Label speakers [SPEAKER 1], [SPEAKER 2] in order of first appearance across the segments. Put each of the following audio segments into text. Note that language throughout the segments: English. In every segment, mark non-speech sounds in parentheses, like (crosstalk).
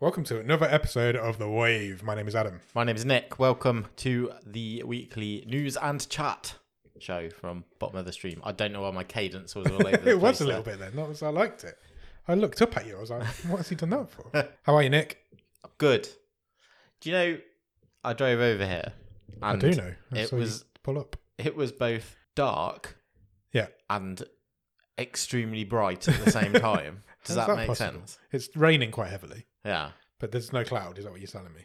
[SPEAKER 1] Welcome to another episode of The Wave. My name is Adam.
[SPEAKER 2] My name is Nick. Welcome to the weekly news and chat show from Bottom of the Stream. I don't know why my cadence was all over the
[SPEAKER 1] (laughs)
[SPEAKER 2] place.
[SPEAKER 1] It was a
[SPEAKER 2] there.
[SPEAKER 1] little bit then. That was, I liked it. I looked up at you. I was like, what has he done that
[SPEAKER 2] (laughs)
[SPEAKER 1] for? How are you, Nick?
[SPEAKER 2] Good. Do you know? I drove over here. And
[SPEAKER 1] I do know. I
[SPEAKER 2] it
[SPEAKER 1] saw you
[SPEAKER 2] was-
[SPEAKER 1] Pull up.
[SPEAKER 2] It was both dark.
[SPEAKER 1] Yeah.
[SPEAKER 2] And extremely bright at
[SPEAKER 1] (laughs)
[SPEAKER 2] the same time. Does
[SPEAKER 1] How's
[SPEAKER 2] that,
[SPEAKER 1] that
[SPEAKER 2] make
[SPEAKER 1] possible?
[SPEAKER 2] sense?
[SPEAKER 1] It's raining quite heavily,
[SPEAKER 2] Yeah.
[SPEAKER 1] but there's no cloud. Is that what you're telling me?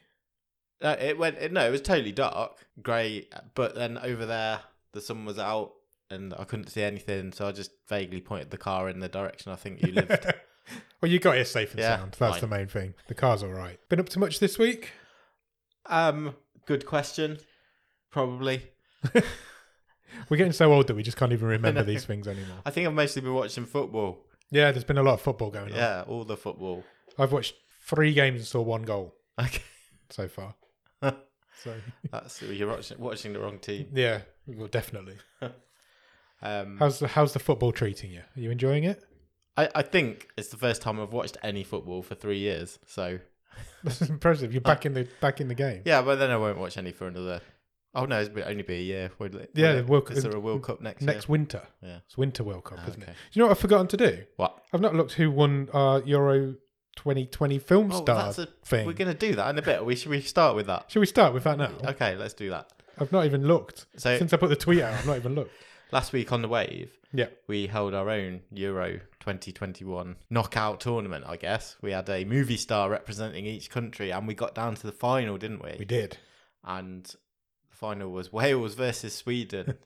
[SPEAKER 2] No, Uh, it went. It, no, it was totally dark, grey. But then over there, the sun was out, and I couldn't see anything. So I just vaguely pointed the car in the direction I think you
[SPEAKER 1] (laughs)
[SPEAKER 2] (laughs) lived.
[SPEAKER 1] well, you got here safe and
[SPEAKER 2] Yeah,
[SPEAKER 1] sound. That's
[SPEAKER 2] fine.
[SPEAKER 1] the main thing. The car's all right. Been up to much this week?
[SPEAKER 2] um, good question. Probably.
[SPEAKER 1] We're getting so old that we just can't even remember
[SPEAKER 2] know. (laughs)
[SPEAKER 1] these things anymore.
[SPEAKER 2] I think I've mostly been watching football.
[SPEAKER 1] Yeah, there's been a lot of football going on.
[SPEAKER 2] Yeah, all the football. (laughs)
[SPEAKER 1] I've watched three games and saw one goal
[SPEAKER 2] Okay,
[SPEAKER 1] so
[SPEAKER 2] (laughs)
[SPEAKER 1] far. so
[SPEAKER 2] that's you're watching, watching the wrong team.
[SPEAKER 1] yeah, well, definitely.
[SPEAKER 2] Um,
[SPEAKER 1] How's the how's the football treating you? Are you enjoying it? (laughs)
[SPEAKER 2] I, I think it's the first time I've watched any football for three years. So
[SPEAKER 1] That's impressive. You're
[SPEAKER 2] Uh,
[SPEAKER 1] back in the back in the game.
[SPEAKER 2] yeah, but then I won't watch any for another. Oh no, it'll only be a year. won't it?
[SPEAKER 1] Yeah, the World Cup-
[SPEAKER 2] is there a World Cup next year?
[SPEAKER 1] Next winter.
[SPEAKER 2] Yeah.
[SPEAKER 1] It's Winter World Cup,
[SPEAKER 2] Ah,
[SPEAKER 1] isn't it?
[SPEAKER 2] okay.
[SPEAKER 1] Do you know what I've forgotten to do?
[SPEAKER 2] What?
[SPEAKER 1] I've not looked who won uh, Euro 2020 film
[SPEAKER 2] Oh,
[SPEAKER 1] star
[SPEAKER 2] that's a
[SPEAKER 1] thing.
[SPEAKER 2] We're gonna do that in a bit. We should we start with that.
[SPEAKER 1] Should we start with that now?
[SPEAKER 2] Okay, let's do that.
[SPEAKER 1] I've not even looked
[SPEAKER 2] So-
[SPEAKER 1] since I put the tweet out. I've not even
[SPEAKER 2] (laughs)
[SPEAKER 1] looked.
[SPEAKER 2] Last week on the wave,
[SPEAKER 1] Yeah,
[SPEAKER 2] we held our own Euro 2021 knockout tournament. I guess we had a movie star representing each country, and we got down to the final, didn't we?
[SPEAKER 1] we did.
[SPEAKER 2] And the final was Wales
[SPEAKER 1] (laughs)
[SPEAKER 2] versus Sweden,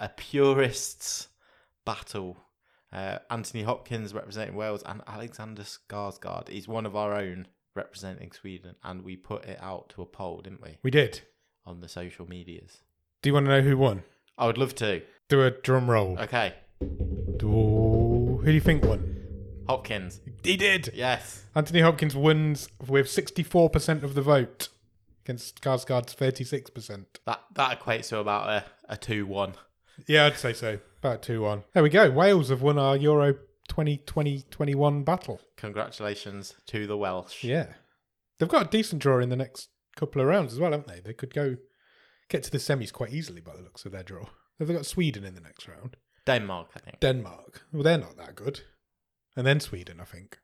[SPEAKER 2] a purists battle. Uh, Anthony Hopkins representing Wales and Alexander Skarsgård. He's one of our own representing Sweden, and we put it out to a poll, didn't we?
[SPEAKER 1] We did.
[SPEAKER 2] on the social medias.
[SPEAKER 1] Do you want to know who won?
[SPEAKER 2] I would love to.
[SPEAKER 1] Do a drum roll.
[SPEAKER 2] Okay.
[SPEAKER 1] Doo- Who do you think won?
[SPEAKER 2] Hopkins.
[SPEAKER 1] He did.
[SPEAKER 2] Yes.
[SPEAKER 1] Anthony Hopkins wins with 64% of the vote against Skarsgård's 36%.
[SPEAKER 2] That that equates to about a, a 2 1.
[SPEAKER 1] Yeah, I'd say so. About 2 1. There we go. Wales have won our Euro 2020 21 battle.
[SPEAKER 2] Congratulations to the Welsh.
[SPEAKER 1] Yeah. They've got a decent draw in the next couple of rounds as well, haven't they? They could go get to the semis quite easily by the looks of their draw. Have they got Sweden in the next round?
[SPEAKER 2] Denmark, I think.
[SPEAKER 1] Denmark. Well, they're not that good. And then Sweden, I think.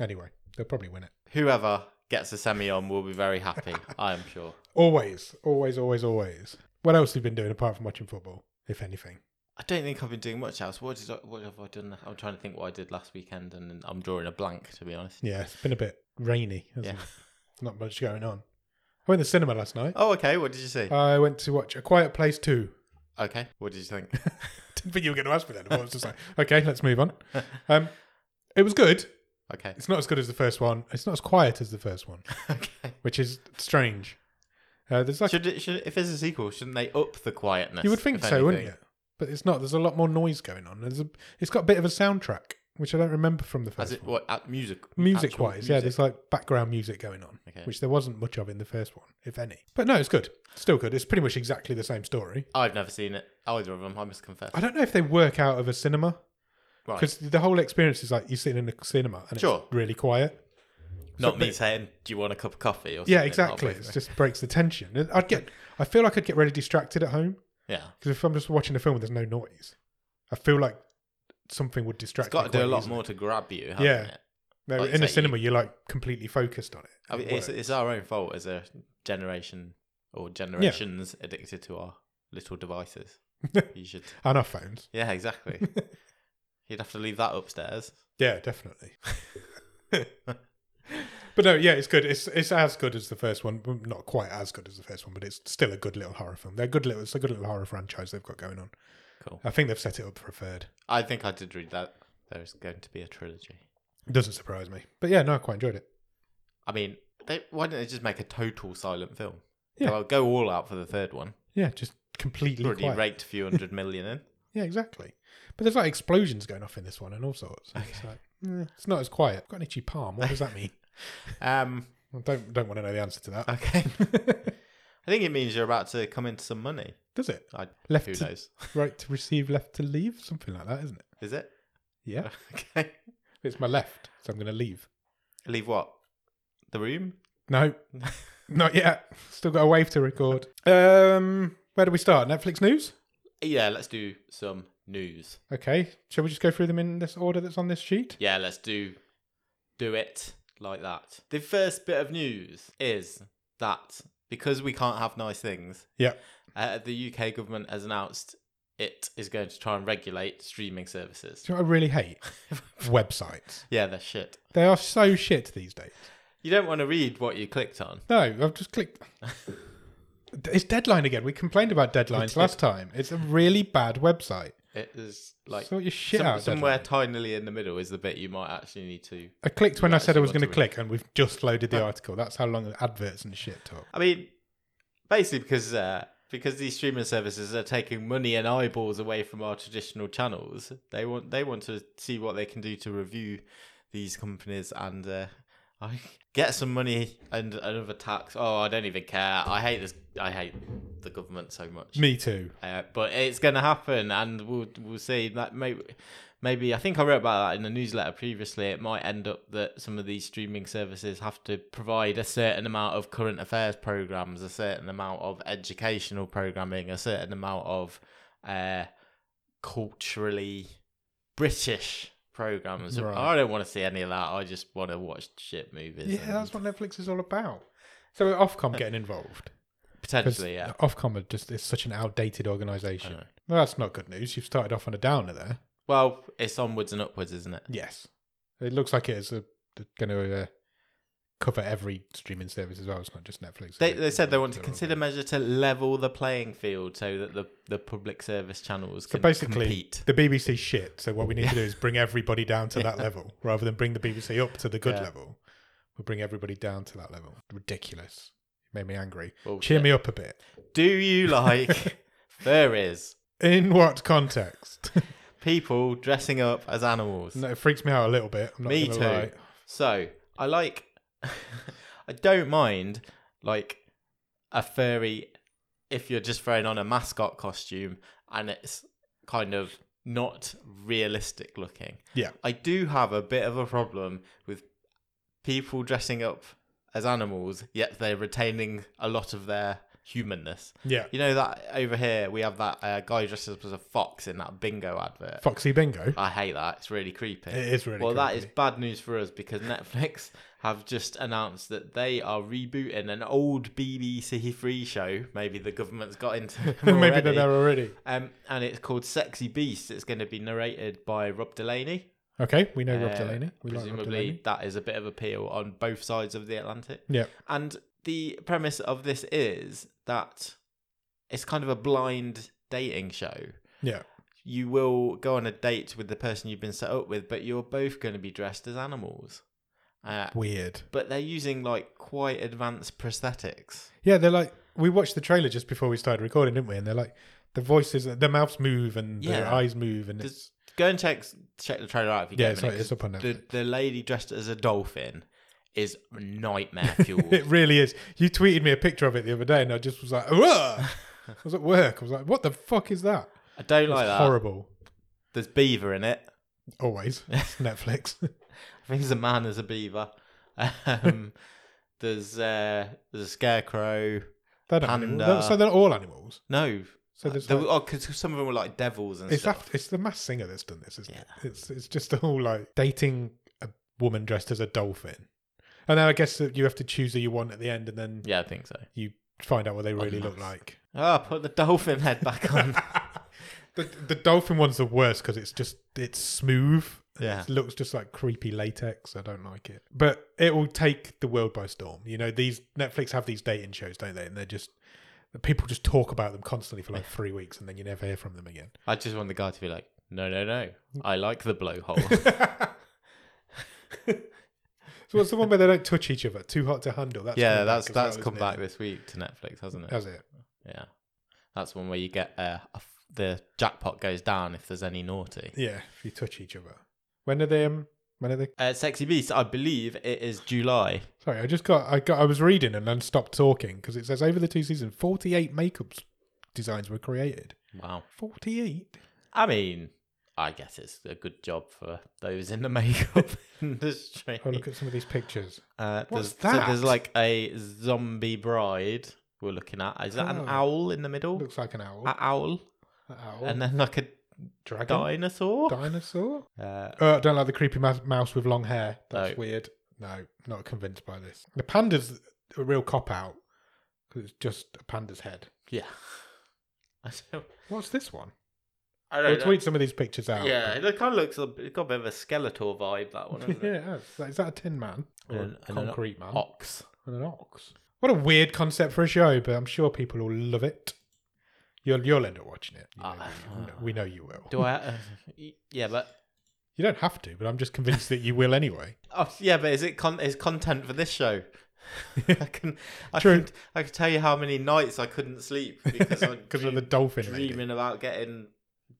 [SPEAKER 1] Anyway, they'll probably win it.
[SPEAKER 2] Whoever gets a semi on will be very happy, I am sure.
[SPEAKER 1] Always, always, always, always. What else have you been doing apart from watching football, if anything?
[SPEAKER 2] I don't think I've been doing much else. What, did I, what have I done? I'm trying to think what I did last weekend, and I'm drawing a blank, to be honest.
[SPEAKER 1] Yeah, it's been a bit rainy. Hasn't
[SPEAKER 2] Yeah.
[SPEAKER 1] it? Not much going on. I went to the cinema last night.
[SPEAKER 2] Oh, okay. What did you see?
[SPEAKER 1] I went to watch A Quiet Place (laughs) 2.
[SPEAKER 2] okay. What did you
[SPEAKER 1] (laughs)
[SPEAKER 2] think?
[SPEAKER 1] Didn't think you were going to ask me that. I was just like, (laughs) okay, let's move
[SPEAKER 2] (laughs)
[SPEAKER 1] on. Um, it was good.
[SPEAKER 2] Okay.
[SPEAKER 1] It's not as good as the first one. It's not as quiet as the first one,
[SPEAKER 2] okay.
[SPEAKER 1] which is strange. Uh, there's like
[SPEAKER 2] Should, it, should if there's a sequel, shouldn't they up the quietness?
[SPEAKER 1] you would think
[SPEAKER 2] if
[SPEAKER 1] so, wouldn't
[SPEAKER 2] anything?
[SPEAKER 1] you? But it's not. There's a lot more noise going on. There's a, it's got a bit of a soundtrack, which I don't remember from the
[SPEAKER 2] As
[SPEAKER 1] first
[SPEAKER 2] it
[SPEAKER 1] one.
[SPEAKER 2] what at music?
[SPEAKER 1] Music
[SPEAKER 2] actual
[SPEAKER 1] wise, yeah,
[SPEAKER 2] music?
[SPEAKER 1] there's like background music going on,
[SPEAKER 2] Okay.
[SPEAKER 1] which there wasn't much of in the first one, if any. But no, it's good. Still good. It's pretty much exactly the same story.
[SPEAKER 2] I've never seen it. Either of them, I must confess.
[SPEAKER 1] I don't know if they work out of a cinema
[SPEAKER 2] Right.
[SPEAKER 1] because the whole experience is like you're sitting in a cinema and
[SPEAKER 2] Sure.
[SPEAKER 1] it's really quiet.
[SPEAKER 2] Not
[SPEAKER 1] so-
[SPEAKER 2] me saying, "Do you want a cup of coffee?" Or
[SPEAKER 1] Yeah,
[SPEAKER 2] something
[SPEAKER 1] exactly.
[SPEAKER 2] halfway
[SPEAKER 1] It
[SPEAKER 2] through.
[SPEAKER 1] just breaks the tension. And I'd get, I feel like I'd get really distracted at home
[SPEAKER 2] Yeah,
[SPEAKER 1] because if I'm just watching a film and there's no noise, I feel like something would distract.
[SPEAKER 2] it's got
[SPEAKER 1] me
[SPEAKER 2] to do a
[SPEAKER 1] quite
[SPEAKER 2] lot
[SPEAKER 1] easily.
[SPEAKER 2] more to grab you. Hasn't
[SPEAKER 1] Yeah.
[SPEAKER 2] it?
[SPEAKER 1] No,
[SPEAKER 2] like
[SPEAKER 1] in
[SPEAKER 2] you
[SPEAKER 1] a
[SPEAKER 2] say, you-
[SPEAKER 1] cinema, you're like completely focused on it.
[SPEAKER 2] I mean,
[SPEAKER 1] It
[SPEAKER 2] it's,
[SPEAKER 1] works.
[SPEAKER 2] it's our own fault as a generation or generations addicted to our little
[SPEAKER 1] (laughs)
[SPEAKER 2] devices. you should.
[SPEAKER 1] and our phones.
[SPEAKER 2] Yeah,
[SPEAKER 1] (laughs)
[SPEAKER 2] exactly. You'd have to leave that upstairs.
[SPEAKER 1] Yeah, definitely. but no, yeah, it's good. It's it's as good as the first one. Well, Not quite as good as the first one, but it's still a good little horror film. They're good little. It's a good little horror franchise they've got going on.
[SPEAKER 2] Cool.
[SPEAKER 1] I think they've set it up for a third.
[SPEAKER 2] I think I did read that there's going to be a trilogy.
[SPEAKER 1] It doesn't surprise me. But yeah, no, I quite enjoyed it.
[SPEAKER 2] I mean, they, why don't they just make a total silent film?
[SPEAKER 1] Yeah.
[SPEAKER 2] Yeah. Go, go all out for the third one.
[SPEAKER 1] Yeah, just completely
[SPEAKER 2] Already
[SPEAKER 1] quiet.
[SPEAKER 2] raked a few hundred million in.
[SPEAKER 1] Yeah, exactly. But there's like explosions going off in this one and all sorts. And It's like eh, it's not as quiet. Got an itchy palm. What does that
[SPEAKER 2] (laughs)
[SPEAKER 1] mean? (laughs)
[SPEAKER 2] Um,
[SPEAKER 1] I don't don't want to know the answer to that. (laughs)
[SPEAKER 2] okay. I think it means you're about to come into some money.
[SPEAKER 1] Does it?
[SPEAKER 2] I,
[SPEAKER 1] Left
[SPEAKER 2] who
[SPEAKER 1] to-
[SPEAKER 2] knows?
[SPEAKER 1] Right to receive, left to leave, something like that, isn't it?
[SPEAKER 2] Is it? (laughs)
[SPEAKER 1] Yeah.
[SPEAKER 2] Okay.
[SPEAKER 1] It's my left, so I'm going to leave.
[SPEAKER 2] Leave what? The Room?
[SPEAKER 1] (laughs) No, not yet. Still got a wave to record. Um, where do we start? Netflix news.
[SPEAKER 2] Yeah, let's do some news.
[SPEAKER 1] Okay, shall we just go through them in this order that's on this sheet?
[SPEAKER 2] Yeah, let's do do it like that. The first bit of news is that because we can't have nice things,
[SPEAKER 1] Yeah.
[SPEAKER 2] uh, the UK government has announced it is going to try and regulate streaming services.
[SPEAKER 1] Do you know what I really (laughs) hate? Websites.
[SPEAKER 2] Yeah, they're shit.
[SPEAKER 1] They are so shit these days.
[SPEAKER 2] You don't want to read what you clicked on.
[SPEAKER 1] No, I've just (laughs) clicked. it's deadline again. We complained about deadlines last time. It's a really bad website.
[SPEAKER 2] It is like
[SPEAKER 1] sort your shit
[SPEAKER 2] some-
[SPEAKER 1] out.
[SPEAKER 2] somewhere
[SPEAKER 1] Deadline.
[SPEAKER 2] tinily in the middle is the bit you might actually need to.
[SPEAKER 1] I clicked when I said I
[SPEAKER 2] actually
[SPEAKER 1] was
[SPEAKER 2] want
[SPEAKER 1] going to
[SPEAKER 2] to
[SPEAKER 1] click, and we've just loaded the article. That's how long the adverts and shit took.
[SPEAKER 2] I mean, basically because uh, because these streaming services are taking money and eyeballs away from our traditional channels, they want they want to see what they can do to review these companies and uh, I get some money and another tax. Oh, I don't even care. I hate this. I hate the government so much.
[SPEAKER 1] Me too.
[SPEAKER 2] Uh, but it's going to happen, and we'll we'll see. That maybe, maybe I think I wrote about that in the newsletter previously. It might end up that some of these streaming services have to provide a certain amount of current affairs programs, a certain amount of educational programming, a certain amount of uh, culturally British programs.
[SPEAKER 1] Right.
[SPEAKER 2] I don't want to see any of that. I just want to watch shit movies.
[SPEAKER 1] Yeah,
[SPEAKER 2] and
[SPEAKER 1] that's what Netflix is all about. So Ofcom getting involved because
[SPEAKER 2] Uh, potentially. Yeah,
[SPEAKER 1] Ofcom are just is such an outdated
[SPEAKER 2] I
[SPEAKER 1] organisation.
[SPEAKER 2] know.
[SPEAKER 1] Well, that's not good news. You've started off on a downer there.
[SPEAKER 2] Well, it's onwards and upwards, isn't it?
[SPEAKER 1] Yes, it looks like it is going to uh, cover every streaming service as well. It's not just Netflix. is
[SPEAKER 2] They,
[SPEAKER 1] it?
[SPEAKER 2] they said they want to
[SPEAKER 1] They're all
[SPEAKER 2] consider measure to level the playing field so that the, the public service channels
[SPEAKER 1] So
[SPEAKER 2] can
[SPEAKER 1] basically,
[SPEAKER 2] compete.
[SPEAKER 1] the BBC shit. So what we need to do
[SPEAKER 2] (laughs)
[SPEAKER 1] is bring everybody down to that level, rather than bring the BBC up to the good
[SPEAKER 2] Yeah.
[SPEAKER 1] level. We'll bring everybody down to that level. Ridiculous. Made me angry.
[SPEAKER 2] Bullshit.
[SPEAKER 1] Cheer me up a bit.
[SPEAKER 2] Do you like
[SPEAKER 1] (laughs)
[SPEAKER 2] furries?
[SPEAKER 1] In what context? (laughs)
[SPEAKER 2] People dressing up as animals.
[SPEAKER 1] no, it freaks me out a little bit. I'm not
[SPEAKER 2] Me
[SPEAKER 1] gonna
[SPEAKER 2] too.
[SPEAKER 1] lie.
[SPEAKER 2] So I like. (laughs) I don't mind like a furry if you're just throwing on a mascot costume and it's kind of not realistic looking.
[SPEAKER 1] Yeah.
[SPEAKER 2] I do have a bit of a problem with people dressing up as animals, yet they're retaining a lot of their humanness.
[SPEAKER 1] Yeah.
[SPEAKER 2] You know that over here we have that uh, guy dressed up as a fox in that bingo advert.
[SPEAKER 1] Foxy Bingo.
[SPEAKER 2] I hate that. It's really creepy.
[SPEAKER 1] It is really
[SPEAKER 2] Uh, Well, that is
[SPEAKER 1] creepy.
[SPEAKER 2] bad news for us because Netflix (laughs) have just announced that they are rebooting an old BBC Three show. Maybe the government's got
[SPEAKER 1] (laughs)
[SPEAKER 2] into them
[SPEAKER 1] (laughs) Maybe they're
[SPEAKER 2] already.
[SPEAKER 1] there already.
[SPEAKER 2] Um, and it's called Sexy Beast. It's going to be narrated by Rob Delaney.
[SPEAKER 1] Okay, we know Rob
[SPEAKER 2] Uh,
[SPEAKER 1] Delaney. We like Rob
[SPEAKER 2] Presumably,
[SPEAKER 1] Delaney.
[SPEAKER 2] that is a bit of appeal on both sides of the Atlantic.
[SPEAKER 1] Yeah.
[SPEAKER 2] And the premise of this is that it's kind of a blind dating show
[SPEAKER 1] Yeah.
[SPEAKER 2] you will go on a date with the person you've been set up with, but you're both going to be dressed as animals. Uh,
[SPEAKER 1] Weird.
[SPEAKER 2] but they're using like quite advanced prosthetics.
[SPEAKER 1] Yeah, they're like we watched the trailer just before we started recording, didn't we? And they're like the voices, their mouths move and their
[SPEAKER 2] Yeah.
[SPEAKER 1] eyes move, and
[SPEAKER 2] Does-
[SPEAKER 1] it's
[SPEAKER 2] Go and check check the trailer out if you
[SPEAKER 1] yeah,
[SPEAKER 2] get
[SPEAKER 1] it's,
[SPEAKER 2] a
[SPEAKER 1] like,
[SPEAKER 2] minute.
[SPEAKER 1] it's up on
[SPEAKER 2] 'cause the
[SPEAKER 1] Netflix.
[SPEAKER 2] the lady dressed as a dolphin is
[SPEAKER 1] (laughs)
[SPEAKER 2] nightmare fuel.
[SPEAKER 1] It really is. You tweeted me a picture of it the other day, and I just was like,
[SPEAKER 2] (laughs)
[SPEAKER 1] Whoa! I was at work. I was like, what the fuck is that?
[SPEAKER 2] I don't
[SPEAKER 1] It's
[SPEAKER 2] like that.
[SPEAKER 1] horrible.
[SPEAKER 2] There's beaver in it. (laughs)
[SPEAKER 1] Always It's Netflix. (laughs)
[SPEAKER 2] I think there's a man as a beaver. (laughs) Um, there's uh, there's a scarecrow.
[SPEAKER 1] They're not animals.
[SPEAKER 2] Panda.
[SPEAKER 1] They're- so they're all animals.
[SPEAKER 2] No,
[SPEAKER 1] So there's
[SPEAKER 2] There
[SPEAKER 1] like-
[SPEAKER 2] were- oh, 'cause some of them were like devils and
[SPEAKER 1] it's
[SPEAKER 2] stuff.
[SPEAKER 1] after, it's the mass singer that's done this, isn't it? It's it's just all like dating a woman dressed as a dolphin, and then I guess that you have to choose who you want at the end, and then
[SPEAKER 2] Yeah, Oh, I think so.
[SPEAKER 1] you find out what they really look
[SPEAKER 2] mass.
[SPEAKER 1] like.
[SPEAKER 2] Ah, put the dolphin head back (laughs) on.
[SPEAKER 1] the the dolphin one's the worst because it's just it's smooth. and
[SPEAKER 2] Yeah.
[SPEAKER 1] it looks just like creepy latex. I don't like it, but it will take the world by storm. You know, these Netflix have these dating shows, don't they? And they're just the people just talk about them constantly for like three weeks, and then you never hear from them again.
[SPEAKER 2] I just want the guy to be like, no, no, no. I like the (laughs) blowhole.
[SPEAKER 1] So what's the one where they don't touch each other? Too hot to handle. That's
[SPEAKER 2] yeah,
[SPEAKER 1] coming
[SPEAKER 2] that's
[SPEAKER 1] back as
[SPEAKER 2] that's
[SPEAKER 1] well,
[SPEAKER 2] come
[SPEAKER 1] isn't it?
[SPEAKER 2] back this week to Netflix, hasn't it?
[SPEAKER 1] That's it.
[SPEAKER 2] Yeah, that's one where you get uh, a f- the jackpot goes down if there's any naughty.
[SPEAKER 1] Yeah, if you touch each other. When are they? Um, when are they?
[SPEAKER 2] Uh, Sexy Beast, I believe it is July.
[SPEAKER 1] Sorry, I just got I got I was reading and then stopped talking because it says over the two seasons, forty eight makeup s- designs were created.
[SPEAKER 2] Wow.
[SPEAKER 1] Forty eight.
[SPEAKER 2] I mean, I guess it's a good job for those in the (laughs) makeup (laughs) industry.
[SPEAKER 1] Oh, look at some of these pictures.
[SPEAKER 2] Uh,
[SPEAKER 1] What's
[SPEAKER 2] there's, So there's
[SPEAKER 1] that?
[SPEAKER 2] like a zombie bride we're looking at. Is that
[SPEAKER 1] Oh.
[SPEAKER 2] an owl in the middle?
[SPEAKER 1] Looks like an owl.
[SPEAKER 2] A owl,
[SPEAKER 1] An owl.
[SPEAKER 2] and then like a
[SPEAKER 1] Dragon.
[SPEAKER 2] dinosaur.
[SPEAKER 1] Dinosaur.
[SPEAKER 2] uh,
[SPEAKER 1] Uh, I don't like the creepy mou- mouse with long hair. That's
[SPEAKER 2] No.
[SPEAKER 1] weird. No, not convinced by this. The panda's a real cop out because it's just a panda's head.
[SPEAKER 2] yeah. (laughs) I don't.
[SPEAKER 1] What's this one?
[SPEAKER 2] I
[SPEAKER 1] We'll
[SPEAKER 2] don't know.
[SPEAKER 1] tweet some of these pictures out.
[SPEAKER 2] Yeah,
[SPEAKER 1] (laughs)
[SPEAKER 2] it kind of looks. a- It got a bit of a skeletal vibe. That one.
[SPEAKER 1] yeah.
[SPEAKER 2] Isn't it?
[SPEAKER 1] it has. Is that a tin man or
[SPEAKER 2] And-
[SPEAKER 1] a
[SPEAKER 2] and an
[SPEAKER 1] concrete man
[SPEAKER 2] Ox.
[SPEAKER 1] and an ox? What a weird concept for a show, but I'm sure people will love it. You'll you'll end up watching it. You know
[SPEAKER 2] Ah.
[SPEAKER 1] you- we know you will.
[SPEAKER 2] Do I? Uh, (laughs) yeah, but
[SPEAKER 1] You don't have to, but I'm just convinced that you will anyway.
[SPEAKER 2] (laughs) oh, yeah, but is it con- is content for this show? (laughs) I can. I
[SPEAKER 1] True.
[SPEAKER 2] Could, I could tell you how many nights I couldn't sleep
[SPEAKER 1] (laughs)
[SPEAKER 2] because I
[SPEAKER 1] Because of the
[SPEAKER 2] dream-
[SPEAKER 1] dolphin. lady.
[SPEAKER 2] dreaming about getting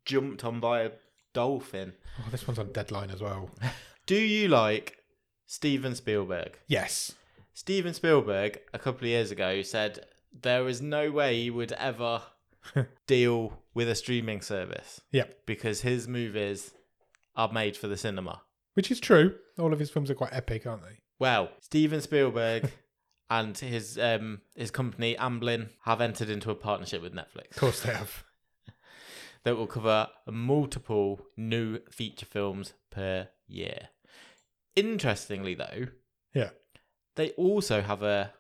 [SPEAKER 2] jumped on by a dolphin.
[SPEAKER 1] Oh, this one's on deadline as well.
[SPEAKER 2] Do you like Steven Spielberg?
[SPEAKER 1] Yes.
[SPEAKER 2] Steven Spielberg, a couple of years ago, said there is no way he would ever deal with a streaming service
[SPEAKER 1] Yep.
[SPEAKER 2] because his movies are made for the cinema.
[SPEAKER 1] Which is true. All of his films are quite epic, aren't they?
[SPEAKER 2] Well, Steven Spielberg and his um, his company Amblin have entered into a partnership with Netflix
[SPEAKER 1] Of course they have.
[SPEAKER 2] that will cover multiple new feature films per year. Interestingly, though,
[SPEAKER 1] (laughs) Yeah.
[SPEAKER 2] they also have a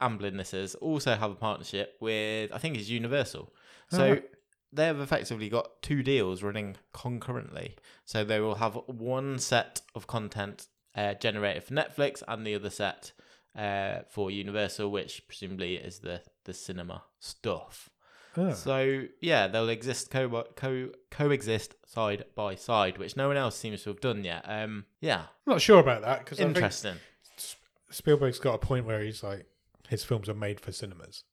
[SPEAKER 2] Amblin. This is also have a partnership with I think it's Universal. So
[SPEAKER 1] Alright.
[SPEAKER 2] they have effectively got two deals running concurrently. So they will have one set of content uh, generated for Netflix and the other set uh, for Universal, which presumably is the the cinema stuff.
[SPEAKER 1] Ah,
[SPEAKER 2] So yeah, they'll exist co co coexist side by side, which no one else seems to have done yet. Um, yeah,
[SPEAKER 1] I'm not sure about that because I think
[SPEAKER 2] interesting.
[SPEAKER 1] Spielberg's got a point where he's like, his films are made for cinemas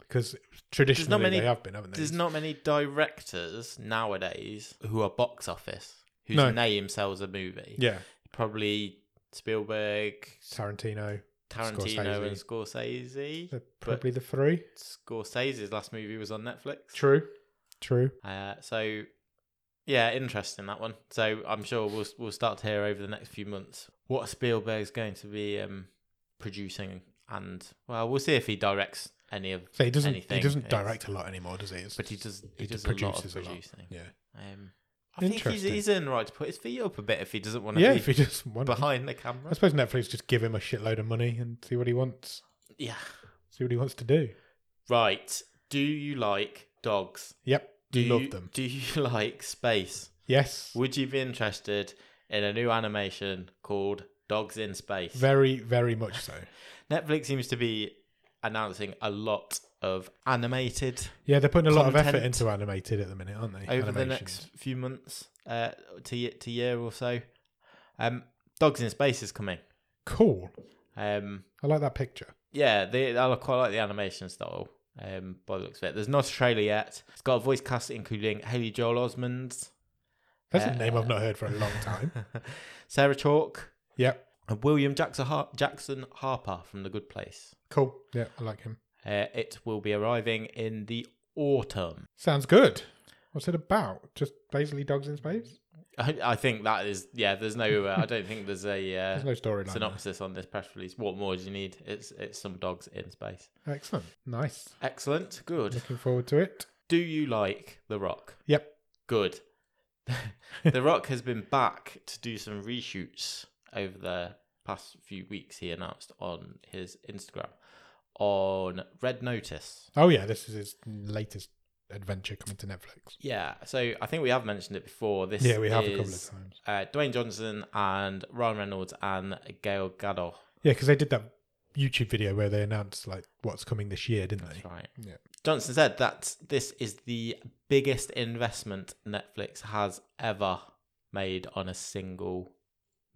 [SPEAKER 1] because
[SPEAKER 2] There's not
[SPEAKER 1] traditionally
[SPEAKER 2] many-
[SPEAKER 1] they have been, haven't they?
[SPEAKER 2] There's not many directors nowadays who are box office whose
[SPEAKER 1] No.
[SPEAKER 2] name sells a movie.
[SPEAKER 1] Yeah,
[SPEAKER 2] Probably Spielberg,
[SPEAKER 1] Tarantino.
[SPEAKER 2] Tarantino, and Scorsese.
[SPEAKER 1] They're probably the three.
[SPEAKER 2] Scorsese's last movie was on Netflix.
[SPEAKER 1] True. True.
[SPEAKER 2] Uh, so yeah, interesting that one. So I'm sure we'll we'll start to hear over the next few months what Spielberg's going to be um, producing, and well, we'll see if he directs any of.
[SPEAKER 1] So he doesn't.
[SPEAKER 2] Anything
[SPEAKER 1] he doesn't
[SPEAKER 2] is-
[SPEAKER 1] direct a lot anymore, does he? It's,
[SPEAKER 2] But he does. He,
[SPEAKER 1] He
[SPEAKER 2] does
[SPEAKER 1] produces
[SPEAKER 2] a
[SPEAKER 1] a lot.
[SPEAKER 2] lot of producing.
[SPEAKER 1] yeah.
[SPEAKER 2] Um, I think he's,
[SPEAKER 1] Interesting.
[SPEAKER 2] he's in the right to put his feet up a bit if he doesn't want to
[SPEAKER 1] Yeah.
[SPEAKER 2] be
[SPEAKER 1] If he just wants.
[SPEAKER 2] behind the
[SPEAKER 1] I
[SPEAKER 2] camera.
[SPEAKER 1] suppose Netflix just give him a shitload of money and see what he wants.
[SPEAKER 2] Yeah.
[SPEAKER 1] See what he wants to do.
[SPEAKER 2] Right. Do you like dogs?
[SPEAKER 1] Yep.
[SPEAKER 2] Do
[SPEAKER 1] you
[SPEAKER 2] you-
[SPEAKER 1] love them?
[SPEAKER 2] Do you (laughs) like space?
[SPEAKER 1] Yes.
[SPEAKER 2] Would you be interested in a new animation called Dogs in Space?
[SPEAKER 1] Very, very much so.
[SPEAKER 2] Netflix seems to be announcing a lot of animated
[SPEAKER 1] Yeah, they're putting a lot of effort
[SPEAKER 2] Content.
[SPEAKER 1] into animated at the minute, aren't they?
[SPEAKER 2] over the
[SPEAKER 1] Animations.
[SPEAKER 2] next few months uh, to ye- to year or so. Um, Dogs in Space is coming.
[SPEAKER 1] Cool.
[SPEAKER 2] Um,
[SPEAKER 1] I like that picture.
[SPEAKER 2] yeah, they, I quite like the animation style. Um, by the looks of it, there's not a trailer yet. It's got a voice cast including Haley Joel Osment,
[SPEAKER 1] That's
[SPEAKER 2] Uh,
[SPEAKER 1] a name I've not heard for a
[SPEAKER 2] (laughs)
[SPEAKER 1] long time.
[SPEAKER 2] Sarah Chalk,
[SPEAKER 1] yep.
[SPEAKER 2] and William Jackson, Har- Jackson Harper from The Good Place.
[SPEAKER 1] Cool. Yeah, I like him.
[SPEAKER 2] Uh, it will be arriving in the autumn.
[SPEAKER 1] Sounds good. What's it about? Just basically dogs in space?
[SPEAKER 2] I, I think that is yeah. There's no. Uh, I don't think there's a uh,
[SPEAKER 1] (laughs) There's no storyline. there.
[SPEAKER 2] synopsis on this press release. What more do you need? It's it's some dogs in space.
[SPEAKER 1] Excellent. Nice.
[SPEAKER 2] Excellent. Good.
[SPEAKER 1] Looking forward to it.
[SPEAKER 2] Do you like The Rock?
[SPEAKER 1] Yep.
[SPEAKER 2] Good. (laughs) the Rock has been back to do some reshoots over the past few weeks. He announced on his Instagram on Red Notice.
[SPEAKER 1] Oh, yeah, this is his latest adventure coming to Netflix.
[SPEAKER 2] Yeah. So I think we have mentioned it before. This
[SPEAKER 1] Yeah, we have a couple
[SPEAKER 2] is,
[SPEAKER 1] of times.
[SPEAKER 2] Uh, Dwayne Johnson and Ryan Reynolds and Gail Gadot.
[SPEAKER 1] Yeah, because they did that YouTube video where they announced like what's coming this year, didn't they?
[SPEAKER 2] That's right.
[SPEAKER 1] Yeah.
[SPEAKER 2] Johnson said that this is the biggest investment Netflix has ever made on a single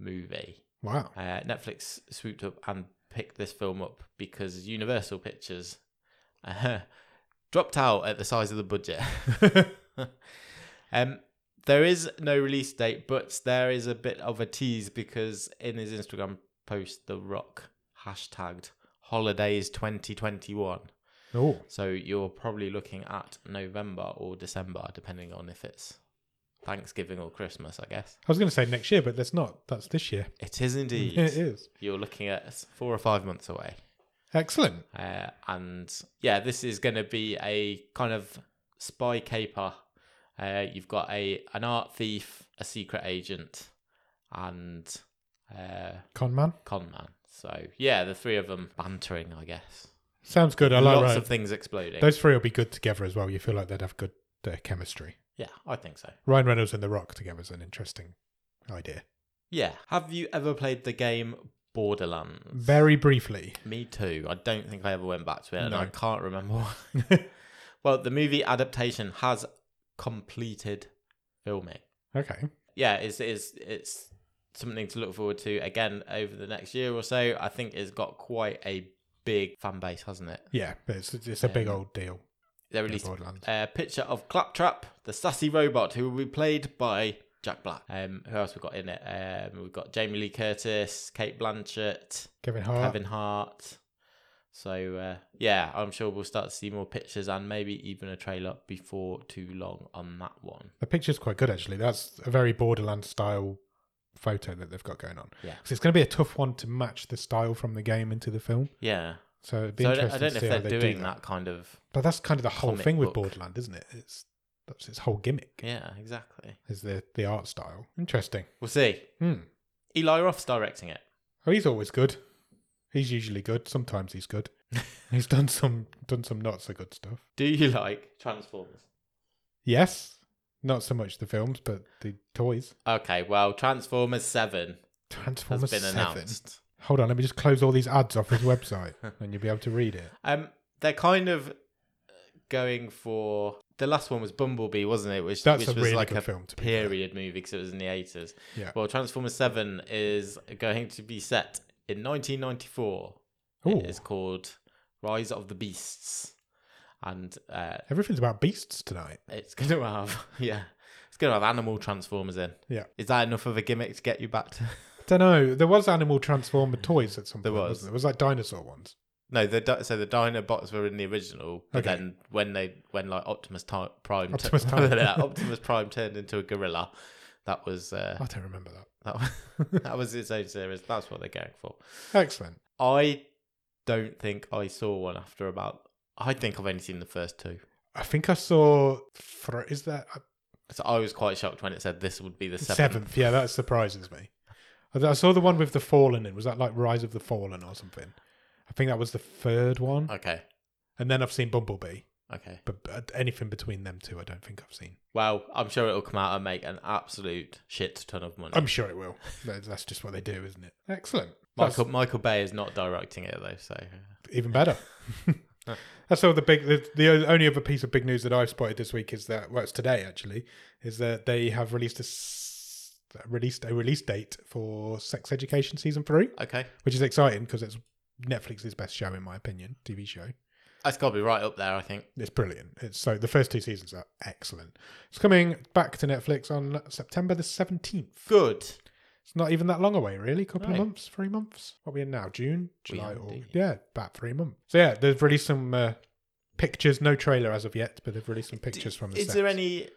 [SPEAKER 2] movie.
[SPEAKER 1] Wow.
[SPEAKER 2] Uh, Netflix swooped up and picked this film up because Universal Pictures uh, (laughs) dropped out at the size of the budget. (laughs) um, there is no release date, but there is a bit of a tease because in his Instagram post, The Rock hashtagged holidays 2021.
[SPEAKER 1] Oh,
[SPEAKER 2] So you're probably looking at November or December, depending on if it's Thanksgiving or Christmas, I guess.
[SPEAKER 1] I was going to say next year, but that's not. That's this year.
[SPEAKER 2] It is
[SPEAKER 1] (laughs)
[SPEAKER 2] indeed.
[SPEAKER 1] It is.
[SPEAKER 2] You're looking at four or five months away.
[SPEAKER 1] Excellent.
[SPEAKER 2] Uh, and yeah, this is going to be a kind of spy caper. Uh, you've got a an art thief, a secret agent, and uh,
[SPEAKER 1] Con man.
[SPEAKER 2] con man. So yeah, the three of them bantering, I guess.
[SPEAKER 1] Sounds good. I like
[SPEAKER 2] Lots
[SPEAKER 1] Rome.
[SPEAKER 2] of things exploding.
[SPEAKER 1] Those three will be good together as well. You feel like they'd have good uh, chemistry.
[SPEAKER 2] Yeah, I think so.
[SPEAKER 1] Ryan Reynolds and The Rock together is an interesting idea.
[SPEAKER 2] Yeah. Have you ever played the game Borderlands?
[SPEAKER 1] Very briefly.
[SPEAKER 2] Me too. I don't think I ever went back to it, and
[SPEAKER 1] No.
[SPEAKER 2] I can't remember why. (laughs) well, the movie adaptation has completed filming.
[SPEAKER 1] Okay.
[SPEAKER 2] Yeah, it's it's it's something to look forward to again over the next year or so. I think it's got quite a big fan base, hasn't it?
[SPEAKER 1] Yeah, but it's, it's a big
[SPEAKER 2] Um,
[SPEAKER 1] old deal.
[SPEAKER 2] They
[SPEAKER 1] yeah,
[SPEAKER 2] released
[SPEAKER 1] Borderlands.
[SPEAKER 2] a uh, picture of Claptrap, the sassy robot, who will be played by Jack Black. Um, who else we got in it? Um, we've got Jamie Lee Curtis, Kate Blanchett,
[SPEAKER 1] Kevin Hart.
[SPEAKER 2] Kevin Hart. So uh, yeah, I'm sure we'll start to see more pictures and maybe even a trailer before too long on that one.
[SPEAKER 1] The picture's quite good, actually. That's a very Borderlands style photo that they've got going on.
[SPEAKER 2] Yeah.
[SPEAKER 1] 'Cause it's going to be a tough one to match the style from the game into the film.
[SPEAKER 2] Yeah,
[SPEAKER 1] So it'd be
[SPEAKER 2] so I don't,
[SPEAKER 1] interesting
[SPEAKER 2] I don't
[SPEAKER 1] to
[SPEAKER 2] know if
[SPEAKER 1] see
[SPEAKER 2] they're
[SPEAKER 1] how they
[SPEAKER 2] doing
[SPEAKER 1] do
[SPEAKER 2] that. kind of.
[SPEAKER 1] But that's kind of the whole
[SPEAKER 2] comic
[SPEAKER 1] thing with
[SPEAKER 2] book.
[SPEAKER 1] Borderland, isn't it? It's that's its whole gimmick.
[SPEAKER 2] Yeah, exactly.
[SPEAKER 1] Is the the art style interesting?
[SPEAKER 2] We'll see.
[SPEAKER 1] Hmm.
[SPEAKER 2] Eli Roth's directing it.
[SPEAKER 1] Oh, he's always good. He's usually good. Sometimes he's
[SPEAKER 2] (laughs)
[SPEAKER 1] good. he's done some done some not so good stuff.
[SPEAKER 2] Do you (laughs) like Transformers?
[SPEAKER 1] Yes, not so much the films, but the toys.
[SPEAKER 2] Okay, well, Transformers Seven has
[SPEAKER 1] Transformers
[SPEAKER 2] been
[SPEAKER 1] Seven.
[SPEAKER 2] announced.
[SPEAKER 1] Hold on, let me just close all these ads off his
[SPEAKER 2] (laughs)
[SPEAKER 1] website, and you'll be able to read it.
[SPEAKER 2] Um, they're kind of going for the last one was Bumblebee, wasn't it? Which
[SPEAKER 1] That's
[SPEAKER 2] which
[SPEAKER 1] a
[SPEAKER 2] was
[SPEAKER 1] really
[SPEAKER 2] like
[SPEAKER 1] good
[SPEAKER 2] a
[SPEAKER 1] film. To be fair.
[SPEAKER 2] period movie because it was in the eighties.
[SPEAKER 1] Yeah.
[SPEAKER 2] Well, Transformers Seven is going to be set in 1994.
[SPEAKER 1] Ooh.
[SPEAKER 2] It is called Rise of the Beasts, and uh,
[SPEAKER 1] Everything's about beasts tonight.
[SPEAKER 2] it's (laughs) going to have yeah, it's going to have animal transformers in.
[SPEAKER 1] Yeah.
[SPEAKER 2] Is that enough of a gimmick to get you back to? (laughs)
[SPEAKER 1] Don't know. There was animal transformer toys at some
[SPEAKER 2] There
[SPEAKER 1] point.
[SPEAKER 2] was.
[SPEAKER 1] Wasn't there? It was like dinosaur ones.
[SPEAKER 2] No, the di- so the Dinobots were in the original, but
[SPEAKER 1] Okay.
[SPEAKER 2] then when they when like Optimus Ti- Prime (laughs)
[SPEAKER 1] Optimus Prime.
[SPEAKER 2] Optimus Prime turned into a gorilla, that was uh,
[SPEAKER 1] (laughs) I don't remember that.
[SPEAKER 2] that was, (laughs) that was its own series. That's what they're going for.
[SPEAKER 1] Excellent.
[SPEAKER 2] I don't think I saw one after about. I think I've only seen the first two.
[SPEAKER 1] I think I saw. Thr- is that uh,
[SPEAKER 2] So I was quite shocked when it said this would be the
[SPEAKER 1] seventh?
[SPEAKER 2] seventh.
[SPEAKER 1] Yeah, that surprises me. I th- I saw the one with the Fallen in. Was that like Rise of the Fallen or something? I think that was the third one.
[SPEAKER 2] Okay.
[SPEAKER 1] And then I've seen Bumblebee.
[SPEAKER 2] Okay.
[SPEAKER 1] But uh, anything between them two, I don't think I've seen.
[SPEAKER 2] Well, I'm sure it'll come out and make an absolute shit ton of money.
[SPEAKER 1] I'm sure it will. That- That's just what they do, isn't it? Excellent. That's
[SPEAKER 2] Michael Michael Bay is not directing it though, so
[SPEAKER 1] even
[SPEAKER 2] (laughs)
[SPEAKER 1] better. That's all the big. The, the only other piece of big news that I've spotted this week is that well, it's today actually, is that they have released a s- released a release date for Sex Education season three,
[SPEAKER 2] okay.
[SPEAKER 1] which is exciting because it's Netflix's best show in my opinion, TV show.
[SPEAKER 2] That's got to be right up there, I think.
[SPEAKER 1] It's brilliant. It's so the first two seasons are excellent. It's coming back to Netflix on September the seventeenth.
[SPEAKER 2] Good.
[SPEAKER 1] It's not even that long away, really. A couple
[SPEAKER 2] No.
[SPEAKER 1] of months, three months. What are we in now? June,
[SPEAKER 2] We
[SPEAKER 1] July,
[SPEAKER 2] are
[SPEAKER 1] or
[SPEAKER 2] indeed.
[SPEAKER 1] yeah, about three months. So yeah, they've released some uh, pictures. No trailer as of yet, but they've released some pictures from the
[SPEAKER 2] Is
[SPEAKER 1] set.
[SPEAKER 2] there any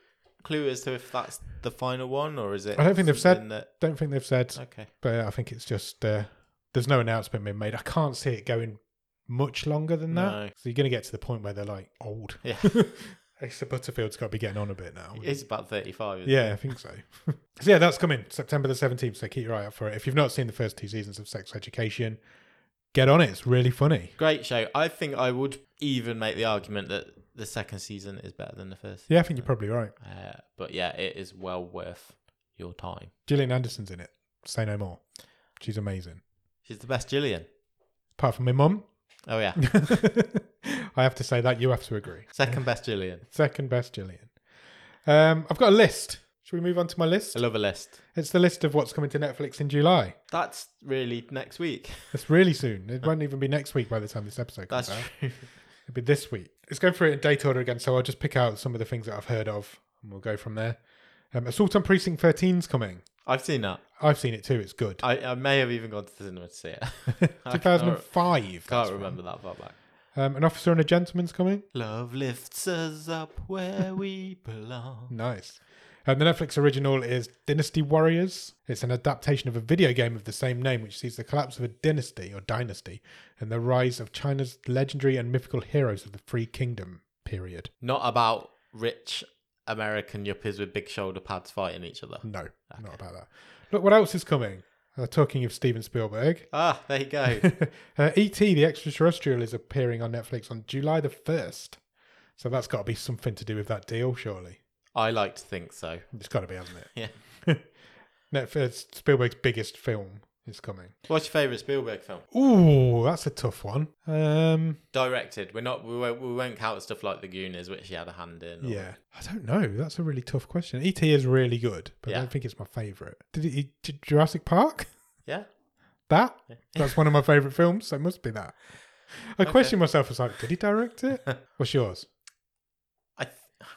[SPEAKER 2] clue as to if that's the final one or is it?
[SPEAKER 1] I don't think they've said.
[SPEAKER 2] something That...
[SPEAKER 1] Don't think they've said, (laughs)
[SPEAKER 2] Okay.
[SPEAKER 1] but I think it's just uh, there's no announcement being made. I can't see it going much longer than that.
[SPEAKER 2] No.
[SPEAKER 1] So you're going to get to the point where they're like old.
[SPEAKER 2] Yeah.
[SPEAKER 1] Asa Butterfield's got to be getting on a bit now.
[SPEAKER 2] It's about 35. Isn't
[SPEAKER 1] Yeah, I think so. (laughs) so yeah, that's coming September the 17th. So keep your eye out for it. If you've not seen the first two seasons of Sex Education, get on it. It's really funny.
[SPEAKER 2] Great show. I think I would even make the argument that the second season is better than the first.
[SPEAKER 1] Yeah, I think you're probably right.
[SPEAKER 2] Uh, but yeah, it is well worth your time.
[SPEAKER 1] Gillian Anderson's in it. Say no more. She's amazing.
[SPEAKER 2] She's the best Jillian.
[SPEAKER 1] Apart from my mum, (laughs)
[SPEAKER 2] Oh yeah,
[SPEAKER 1] I have to say that you have to agree.
[SPEAKER 2] second best Jillian.
[SPEAKER 1] Second best Gillian. Um, I've got a list. Should we move on to my list?
[SPEAKER 2] I love a list.
[SPEAKER 1] It's the list of what's coming to Netflix in July.
[SPEAKER 2] That's really next week.
[SPEAKER 1] It's really soon. It won't even be next week by the time this episode comes
[SPEAKER 2] That's
[SPEAKER 1] out.
[SPEAKER 2] true. (laughs)
[SPEAKER 1] It'll be this week. It's going through it in date order again, so I'll just pick out some of the things that I've heard of and we'll go from there. Um, Assault on Precinct 13's coming.
[SPEAKER 2] I've seen that.
[SPEAKER 1] I've seen it too, it's good.
[SPEAKER 2] I, I may have even gone to the cinema to see it. (laughs) I can't,
[SPEAKER 1] 2005. that's
[SPEAKER 2] can't
[SPEAKER 1] from.
[SPEAKER 2] remember that far back.
[SPEAKER 1] Um, An Officer and a Gentleman's coming.
[SPEAKER 2] Love lifts us up where we belong.
[SPEAKER 1] Nice. Um, the Netflix original is Dynasty Warriors. It's an adaptation of a video game of the same name, which sees the collapse of a dynasty or dynasty and the rise of China's legendary and mythical heroes of the Free Kingdom period.
[SPEAKER 2] (laughs) Not about rich American yuppies with big shoulder pads fighting each other.
[SPEAKER 1] No, not about that. Look, what else is coming? Uh, talking of Steven Spielberg.
[SPEAKER 2] Ah, there you go.
[SPEAKER 1] (laughs) uh, E.T. the Extraterrestrial is appearing on Netflix on July the 1st. So that's got to be something to do with that deal, surely.
[SPEAKER 2] I like to think so.
[SPEAKER 1] It's got to be, hasn't it?
[SPEAKER 2] Yeah.
[SPEAKER 1] (laughs) Netflix, Spielberg's biggest film is coming.
[SPEAKER 2] What's your favourite Spielberg film?
[SPEAKER 1] Ooh, that's a tough one. Um,
[SPEAKER 2] Directed. We're not. We won't, we won't count stuff like The Goonies, which he had a hand in. or-
[SPEAKER 1] yeah, I don't know. That's a really tough question. E.T. is really good, but I
[SPEAKER 2] Yeah.
[SPEAKER 1] don't think it's my favorite. Did it, did Jurassic Park?
[SPEAKER 2] (laughs) Yeah.
[SPEAKER 1] That that's one of my favorite films, so it must be that. I question myself. It's like, did he direct
[SPEAKER 2] (laughs)
[SPEAKER 1] it? What's yours?
[SPEAKER 2] I th- (sighs)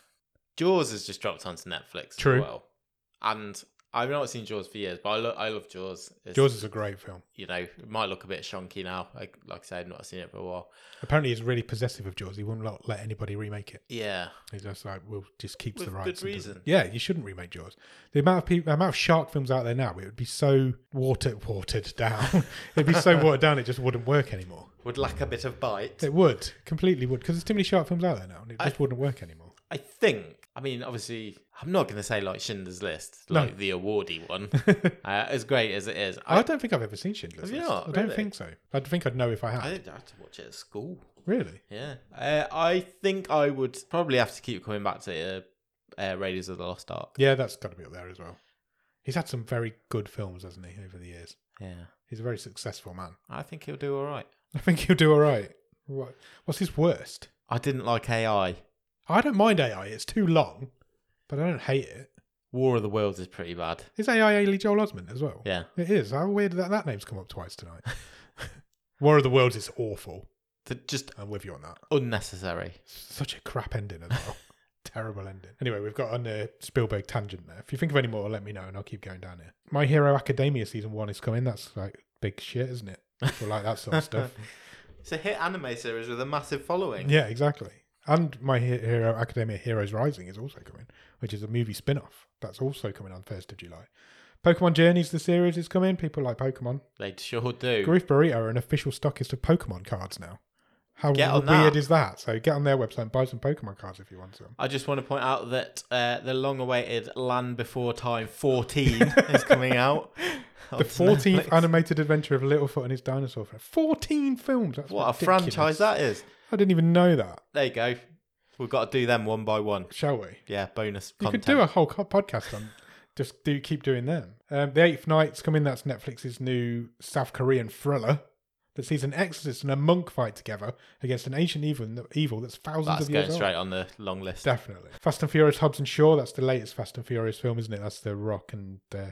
[SPEAKER 2] Jaws has just dropped onto Netflix
[SPEAKER 1] True.
[SPEAKER 2] as well, and I've not seen Jaws for years, but I, lo- I love Jaws. It's,
[SPEAKER 1] Yours is a great film.
[SPEAKER 2] you know, it might look a bit shonky now. Like, like I said, I've not seen it for a while.
[SPEAKER 1] Apparently, he's really possessive of Jaws. He wouldn't let- let anybody remake it.
[SPEAKER 2] Yeah,
[SPEAKER 1] He's just like, we'll just keeps the
[SPEAKER 2] With
[SPEAKER 1] rights.
[SPEAKER 2] good
[SPEAKER 1] and doesn't-
[SPEAKER 2] reason.
[SPEAKER 1] Yeah, you shouldn't remake Jaws. The amount of people, amount of shark films out there now, it would be so water watered down. (laughs) It'd be so watered down, it just wouldn't work anymore.
[SPEAKER 2] would lack a bit of bite.
[SPEAKER 1] It would completely would because there's too many shark films out there now, and it just wouldn't work anymore.
[SPEAKER 2] I think. I mean, obviously, I'm not going to say like Schindler's List, like the
[SPEAKER 1] (laughs)
[SPEAKER 2] awardee one, uh, as great as it is.
[SPEAKER 1] I,
[SPEAKER 2] I,
[SPEAKER 1] don't think I've ever seen Schindler's
[SPEAKER 2] Have you
[SPEAKER 1] List.
[SPEAKER 2] not?
[SPEAKER 1] I don't
[SPEAKER 2] Really?
[SPEAKER 1] think so. I think I'd know if I had.
[SPEAKER 2] I didn't have to watch it at school.
[SPEAKER 1] Really?
[SPEAKER 2] Yeah, uh, I think I would probably have to keep coming back to uh, uh, Raiders of the Lost Ark.
[SPEAKER 1] Yeah, that's got to be up there as well. He's had some very good films, hasn't he, over the years?
[SPEAKER 2] Yeah,
[SPEAKER 1] He's a very successful man. (laughs)
[SPEAKER 2] I think he'll do all right.
[SPEAKER 1] I think he'll do all right. What, what's his worst?
[SPEAKER 2] I didn't like AI.
[SPEAKER 1] I don't mind AI. It's too long, but I don't hate it.
[SPEAKER 2] War of the Worlds is pretty bad.
[SPEAKER 1] Is AI Ailey Joel Osment as well?
[SPEAKER 2] Yeah.
[SPEAKER 1] It is. How weird that that name's come up twice tonight. (laughs) War of the Worlds is awful.
[SPEAKER 2] Th- just
[SPEAKER 1] I'm with you on that.
[SPEAKER 2] unnecessary.
[SPEAKER 1] Such a crap ending as well. Terrible ending. Anyway, we've got on a Spielberg tangent there. If you think of any more, let me know and I'll keep going down here. My Hero Academia season one is coming. That's like big shit, isn't it? People like that sort of stuff.
[SPEAKER 2] It's a hit anime series with a massive following.
[SPEAKER 1] Yeah, exactly. And My He- Hero Academia Heroes Rising is also coming, which is a movie spin off. That's also coming on 1st of July. Pokemon Journeys, the series, is coming. People like Pokemon.
[SPEAKER 2] They sure do.
[SPEAKER 1] Griff Burrito are an official stockist of Pokemon cards now. How
[SPEAKER 2] Get on
[SPEAKER 1] weird
[SPEAKER 2] that.
[SPEAKER 1] is that? So get on their website and buy some Pokemon cards if you want some.
[SPEAKER 2] I just want to point out that uh, the long-awaited Land Before Time 14 (laughs) is coming out.
[SPEAKER 1] The 14th animated adventure of Littlefoot and his dinosaur friend. 14 films. That's
[SPEAKER 2] What a
[SPEAKER 1] ridiculous.
[SPEAKER 2] franchise that is.
[SPEAKER 1] I didn't even know that,
[SPEAKER 2] There you go. We've got to do them one by one.
[SPEAKER 1] shall we?
[SPEAKER 2] Yeah, bonus
[SPEAKER 1] You
[SPEAKER 2] content.
[SPEAKER 1] could do a whole co- podcast on just do keep doing them. Um, the Eighth Night's coming. That's Netflix's new South Korean thriller that sees an exorcist and a monk fight together against an ancient evil, evil that's thousands
[SPEAKER 2] That's
[SPEAKER 1] of years
[SPEAKER 2] going
[SPEAKER 1] old.
[SPEAKER 2] straight on the long list.
[SPEAKER 1] Definitely. Fast and Furious Hobbs and Shaw. That's the latest Fast and Furious film, isn't it? That's the Rock and uh,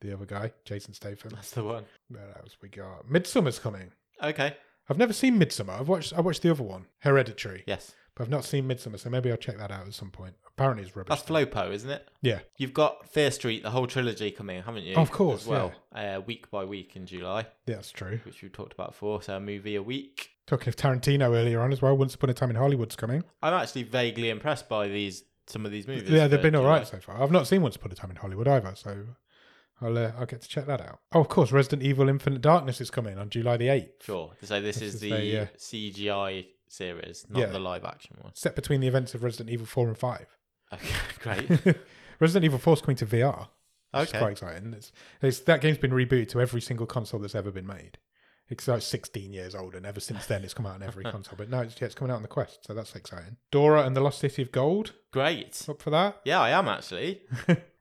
[SPEAKER 1] the other guy, Jason Statham.
[SPEAKER 2] That's the one.
[SPEAKER 1] What else we got? Midsummer's coming.
[SPEAKER 2] Okay.
[SPEAKER 1] I've never seen Midsummer. I've watched. I watched the other one, Hereditary,
[SPEAKER 2] Yes.
[SPEAKER 1] but I've not seen Midsummer. So maybe I'll check that out at some point. Apparently, it's rubbish.
[SPEAKER 2] That's Flopo, isn't it?
[SPEAKER 1] yeah.
[SPEAKER 2] You've got Fear Street, the whole trilogy coming, haven't you?
[SPEAKER 1] Of course,
[SPEAKER 2] As well, uh, week by week in July,
[SPEAKER 1] yeah, that's true.
[SPEAKER 2] which we talked about before. So a movie a week.
[SPEAKER 1] Talking of Tarantino earlier on as well. Once Upon a Time in Hollywood's coming.
[SPEAKER 2] I'm actually vaguely impressed by these some of these movies.
[SPEAKER 1] yeah,
[SPEAKER 2] for
[SPEAKER 1] they've been all
[SPEAKER 2] July.
[SPEAKER 1] right so far. I've not seen Once Upon a Time in Hollywood either, so I'll uh, I'll get to check that out. Oh, of course, Resident Evil: Infinite Darkness is coming on July the eighth.
[SPEAKER 2] Sure. So this, is,
[SPEAKER 1] is
[SPEAKER 2] the
[SPEAKER 1] the, uh,
[SPEAKER 2] CGI series, not
[SPEAKER 1] Yeah.
[SPEAKER 2] the live action one. (laughs)
[SPEAKER 1] set between the events of Resident Evil 4 and 5. (laughs)
[SPEAKER 2] Okay, great.
[SPEAKER 1] Resident Evil 4 is coming to VR. Which
[SPEAKER 2] Okay.
[SPEAKER 1] is quite exciting. It's, it's, that game's been rebooted to every single console that's ever been made. It's like 16 years old, and ever since then, it's come out on
[SPEAKER 2] (laughs)
[SPEAKER 1] every console. But no, it's, yeah, it's coming out on the Quest, so that's exciting. Dora and the Lost City of Gold,
[SPEAKER 2] great.
[SPEAKER 1] up for that.
[SPEAKER 2] Yeah, I
[SPEAKER 1] (laughs)
[SPEAKER 2] am actually.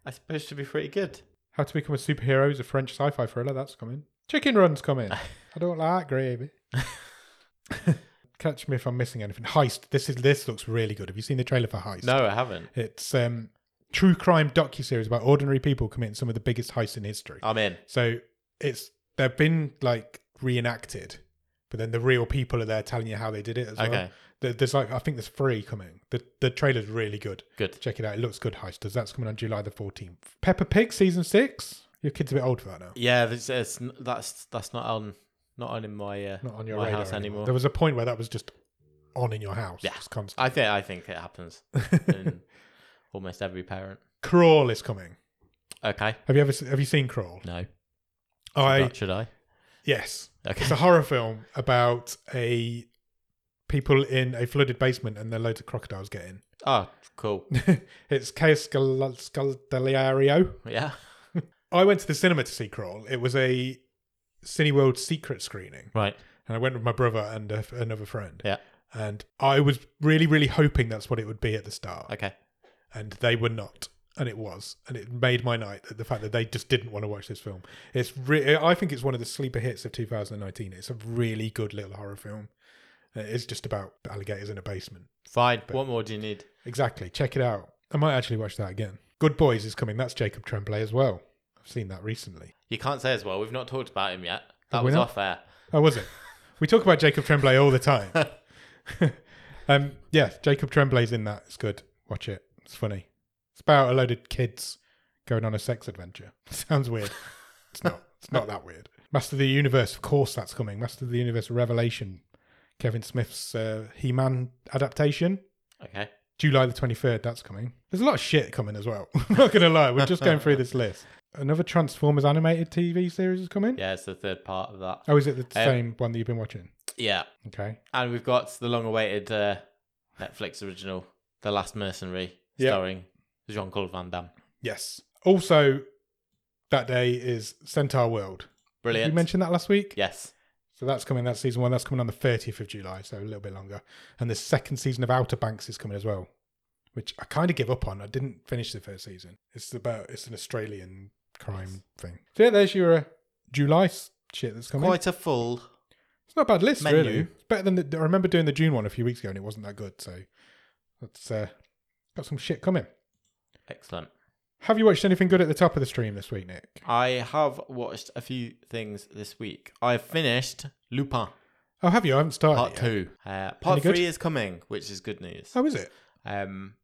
[SPEAKER 2] I supposed to be pretty good.
[SPEAKER 1] How to Become a Superhero is a French sci fi thriller, that's coming. Chicken Run's
[SPEAKER 2] (laughs)
[SPEAKER 1] coming. I don't like gravy. Catch me if I'm missing anything. Heist. This is this looks really good. Have you seen the trailer for Heist?
[SPEAKER 2] No, I haven't.
[SPEAKER 1] It's um true crime docu series about ordinary people committing some of the biggest heists in history.
[SPEAKER 2] I'm in.
[SPEAKER 1] So it's they've been like reenacted, but then the real people are there telling you how they did it as well.
[SPEAKER 2] Okay.
[SPEAKER 1] There- There's like I think there's three coming. The the trailer's really good.
[SPEAKER 2] Good.
[SPEAKER 1] Check it out. It looks good, heisters. That's coming on July the 14th. Pepper Pig season six. Your kid's a bit old for that now.
[SPEAKER 2] Yeah, this is, that's that's not on not on in my uh,
[SPEAKER 1] Not on your
[SPEAKER 2] my
[SPEAKER 1] radar
[SPEAKER 2] house anymore.
[SPEAKER 1] There was a point where that was just on in your house.
[SPEAKER 2] Yeah.
[SPEAKER 1] Just constant.
[SPEAKER 2] (laughs) I think I think it happens in almost every parent.
[SPEAKER 1] Crawl is coming.
[SPEAKER 2] Okay.
[SPEAKER 1] Have you ever se- have you seen Crawl?
[SPEAKER 2] No.
[SPEAKER 1] I
[SPEAKER 2] Should I?
[SPEAKER 1] yes. It's
[SPEAKER 2] Okay.
[SPEAKER 1] a horror film about a people in a flooded basement and there are loads of crocodiles get in.
[SPEAKER 2] (laughs) Oh, cool.
[SPEAKER 1] (laughs) it's Chaos Scal- Scaldalario.
[SPEAKER 2] Yeah.
[SPEAKER 1] I went to the cinema to see Crawl. It was a Cineworld secret screening,
[SPEAKER 2] Right.
[SPEAKER 1] and I went with my brother and a, another friend.
[SPEAKER 2] Yeah.
[SPEAKER 1] And I was really, really hoping that's what it would be at the start,
[SPEAKER 2] Okay.
[SPEAKER 1] and they were not, and it was, and it made my night. The fact that they just didn't want to watch this film. It's, re- I think it's one of the sleeper hits of 2019. It's a really good little horror film. It's just about alligators in a basement.
[SPEAKER 2] Fine. what more do you need?
[SPEAKER 1] Exactly. Check it out. I might actually watch that again. Good Boys is coming. That's Jacob Tremblay as well. I've seen that recently.
[SPEAKER 2] You can't say as well. We've not talked about him yet. That
[SPEAKER 1] we
[SPEAKER 2] was
[SPEAKER 1] not?
[SPEAKER 2] off air.
[SPEAKER 1] Oh, was it? we talk about Jacob Tremblay all the time. um, yeah, Jacob Tremblay's in that. It's good. Watch it. It's funny. It's about a load of kids going on a sex adventure. (laughs) Sounds weird. It's not. It's not that weird. Master of the Universe, of course, that's coming. Master of the Universe Revelation, Kevin Smith's uh, He-Man adaptation.
[SPEAKER 2] Okay.
[SPEAKER 1] July the 23rd, that's coming. There's a lot of shit coming as well. (laughs) I'm not going to lie. We're just going through this list. Another Transformers animated TV series is coming.
[SPEAKER 2] Yeah, it's the third part of that.
[SPEAKER 1] Oh, is it the same one that you've been watching?
[SPEAKER 2] Yeah.
[SPEAKER 1] Okay.
[SPEAKER 2] And we've got the long awaited uh, Netflix original, The Last Mercenary,
[SPEAKER 1] Yeah.
[SPEAKER 2] starring Jean Claude Van Damme.
[SPEAKER 1] Yes. Also, that day is Centaur World.
[SPEAKER 2] Brilliant.
[SPEAKER 1] You mentioned that last week?
[SPEAKER 2] Yes.
[SPEAKER 1] So that's coming, that's season one. That's coming on the 30th of July, so a little bit longer. And the second season of Outer Banks is coming as well, which I kind of give up on. I didn't finish the first season. It's about, it's an Australian crime thing. So yeah, there's your uh, July s- shit that's coming.
[SPEAKER 2] Quite a full.
[SPEAKER 1] It's not a bad list,
[SPEAKER 2] Menu.
[SPEAKER 1] really. It's better than the, I remember doing the June one a few weeks ago, and it wasn't that good. So that's uh, got some shit coming.
[SPEAKER 2] Excellent.
[SPEAKER 1] Have you watched anything good at the top of the stream this week, Nick?
[SPEAKER 2] I have watched a few things this week. I finished Lupin
[SPEAKER 1] Oh, have you? I haven't started.
[SPEAKER 2] Part
[SPEAKER 1] yet.
[SPEAKER 2] Two. Uh, part
[SPEAKER 1] good?
[SPEAKER 2] Three is coming, which is good news.
[SPEAKER 1] Oh, is it?
[SPEAKER 2] Um,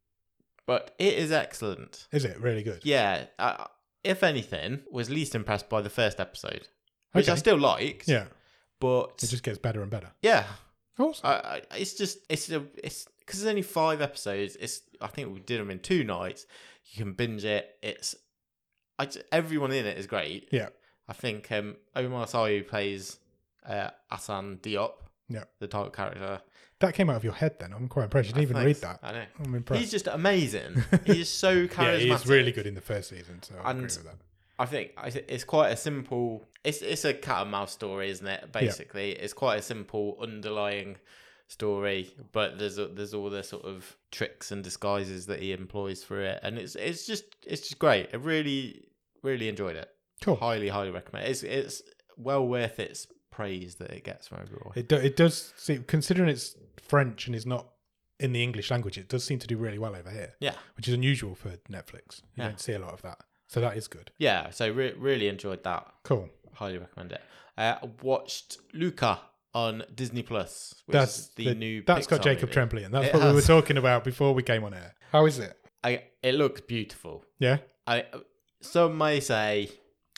[SPEAKER 2] but it is excellent.
[SPEAKER 1] Is it really good?
[SPEAKER 2] Yeah. I, if anything, was least impressed by the first episode, which I
[SPEAKER 1] Okay.
[SPEAKER 2] still liked.
[SPEAKER 1] Yeah.
[SPEAKER 2] But
[SPEAKER 1] It just gets better and better. Oh,
[SPEAKER 2] yeah,
[SPEAKER 1] Awesome.
[SPEAKER 2] I, I, it's just it's a, it's because there's only five episodes. It's I think we did them in two nights. You can binge it. It's I j- everyone in it is great.
[SPEAKER 1] Yeah.
[SPEAKER 2] I think um, Omar Sayu plays uh, Asan Diop.
[SPEAKER 1] Yeah.
[SPEAKER 2] the title character.
[SPEAKER 1] That came out of your head then. I'm quite impressed. You didn't even
[SPEAKER 2] Thanks.
[SPEAKER 1] read that.
[SPEAKER 2] I know.
[SPEAKER 1] I'm impressed.
[SPEAKER 2] He's
[SPEAKER 1] (laughs)
[SPEAKER 2] just amazing. He's so
[SPEAKER 1] yeah,
[SPEAKER 2] charismatic.
[SPEAKER 1] he's really good in the first season, so I
[SPEAKER 2] And-
[SPEAKER 1] agree with that.
[SPEAKER 2] I think I thi- it's quite a simple. It's it's a cat and mouse story, isn't it? Basically, it's quite a simple underlying story, but there's a, there's all the sort of tricks and disguises that he employs through it, and it's it's just it's just great. I really really enjoyed it.
[SPEAKER 1] Cool.
[SPEAKER 2] Highly highly recommend. It's it's well worth its praise that it gets from everyone.
[SPEAKER 1] It do, it does seem, considering it's French and is not in the English language, it does seem to do really well over here.
[SPEAKER 2] Yeah.
[SPEAKER 1] which is unusual for Netflix. You
[SPEAKER 2] Yeah.
[SPEAKER 1] don't see a lot of that, so that is good.
[SPEAKER 2] yeah, so re- really enjoyed that.
[SPEAKER 1] Cool.
[SPEAKER 2] Highly recommend it. Uh, I watched Luca on Disney Plus, which
[SPEAKER 1] That's
[SPEAKER 2] is the, new.
[SPEAKER 1] That's got
[SPEAKER 2] Pixar
[SPEAKER 1] Jacob
[SPEAKER 2] movie.
[SPEAKER 1] Tremblay, and that's
[SPEAKER 2] It
[SPEAKER 1] what we were
[SPEAKER 2] has.
[SPEAKER 1] talking about before we came on air. How is it?
[SPEAKER 2] I, it looks beautiful.
[SPEAKER 1] Yeah.
[SPEAKER 2] I some may say,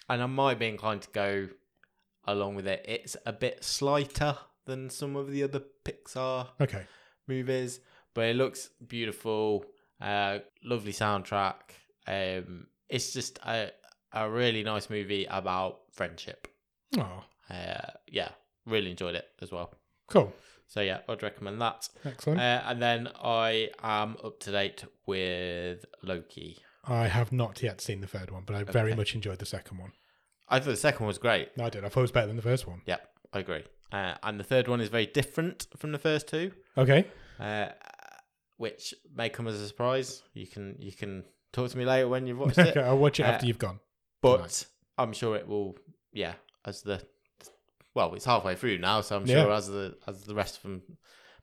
[SPEAKER 2] and I might be inclined to go along with it. It's a bit slighter than some of the other Pixar
[SPEAKER 1] Okay.
[SPEAKER 2] movies, but it looks beautiful. Uh, lovely soundtrack. Um, it's just a a really nice movie about friendship.
[SPEAKER 1] Oh,
[SPEAKER 2] Uh, yeah, really enjoyed it as well.
[SPEAKER 1] cool.
[SPEAKER 2] So yeah, I'd recommend that. Uh,
[SPEAKER 1] Excellent.
[SPEAKER 2] and then I am up to date with Loki.
[SPEAKER 1] I have not yet seen the third one, but I very
[SPEAKER 2] okay.
[SPEAKER 1] much enjoyed the second one.
[SPEAKER 2] I thought the second one was great.
[SPEAKER 1] No, I did. I thought it was better than the first one.
[SPEAKER 2] Yeah, I agree. Uh, and the third one is very different from the first two,
[SPEAKER 1] Okay.
[SPEAKER 2] uh, which may come as a surprise. You can you can talk to me later when you've watched
[SPEAKER 1] (laughs)
[SPEAKER 2] it,
[SPEAKER 1] okay. I'll watch it
[SPEAKER 2] Uh,
[SPEAKER 1] after you've gone.
[SPEAKER 2] but
[SPEAKER 1] Right.
[SPEAKER 2] I'm sure it will. Yeah, as the well, it's halfway through now, so I'm
[SPEAKER 1] Yeah.
[SPEAKER 2] sure as the as the rest of them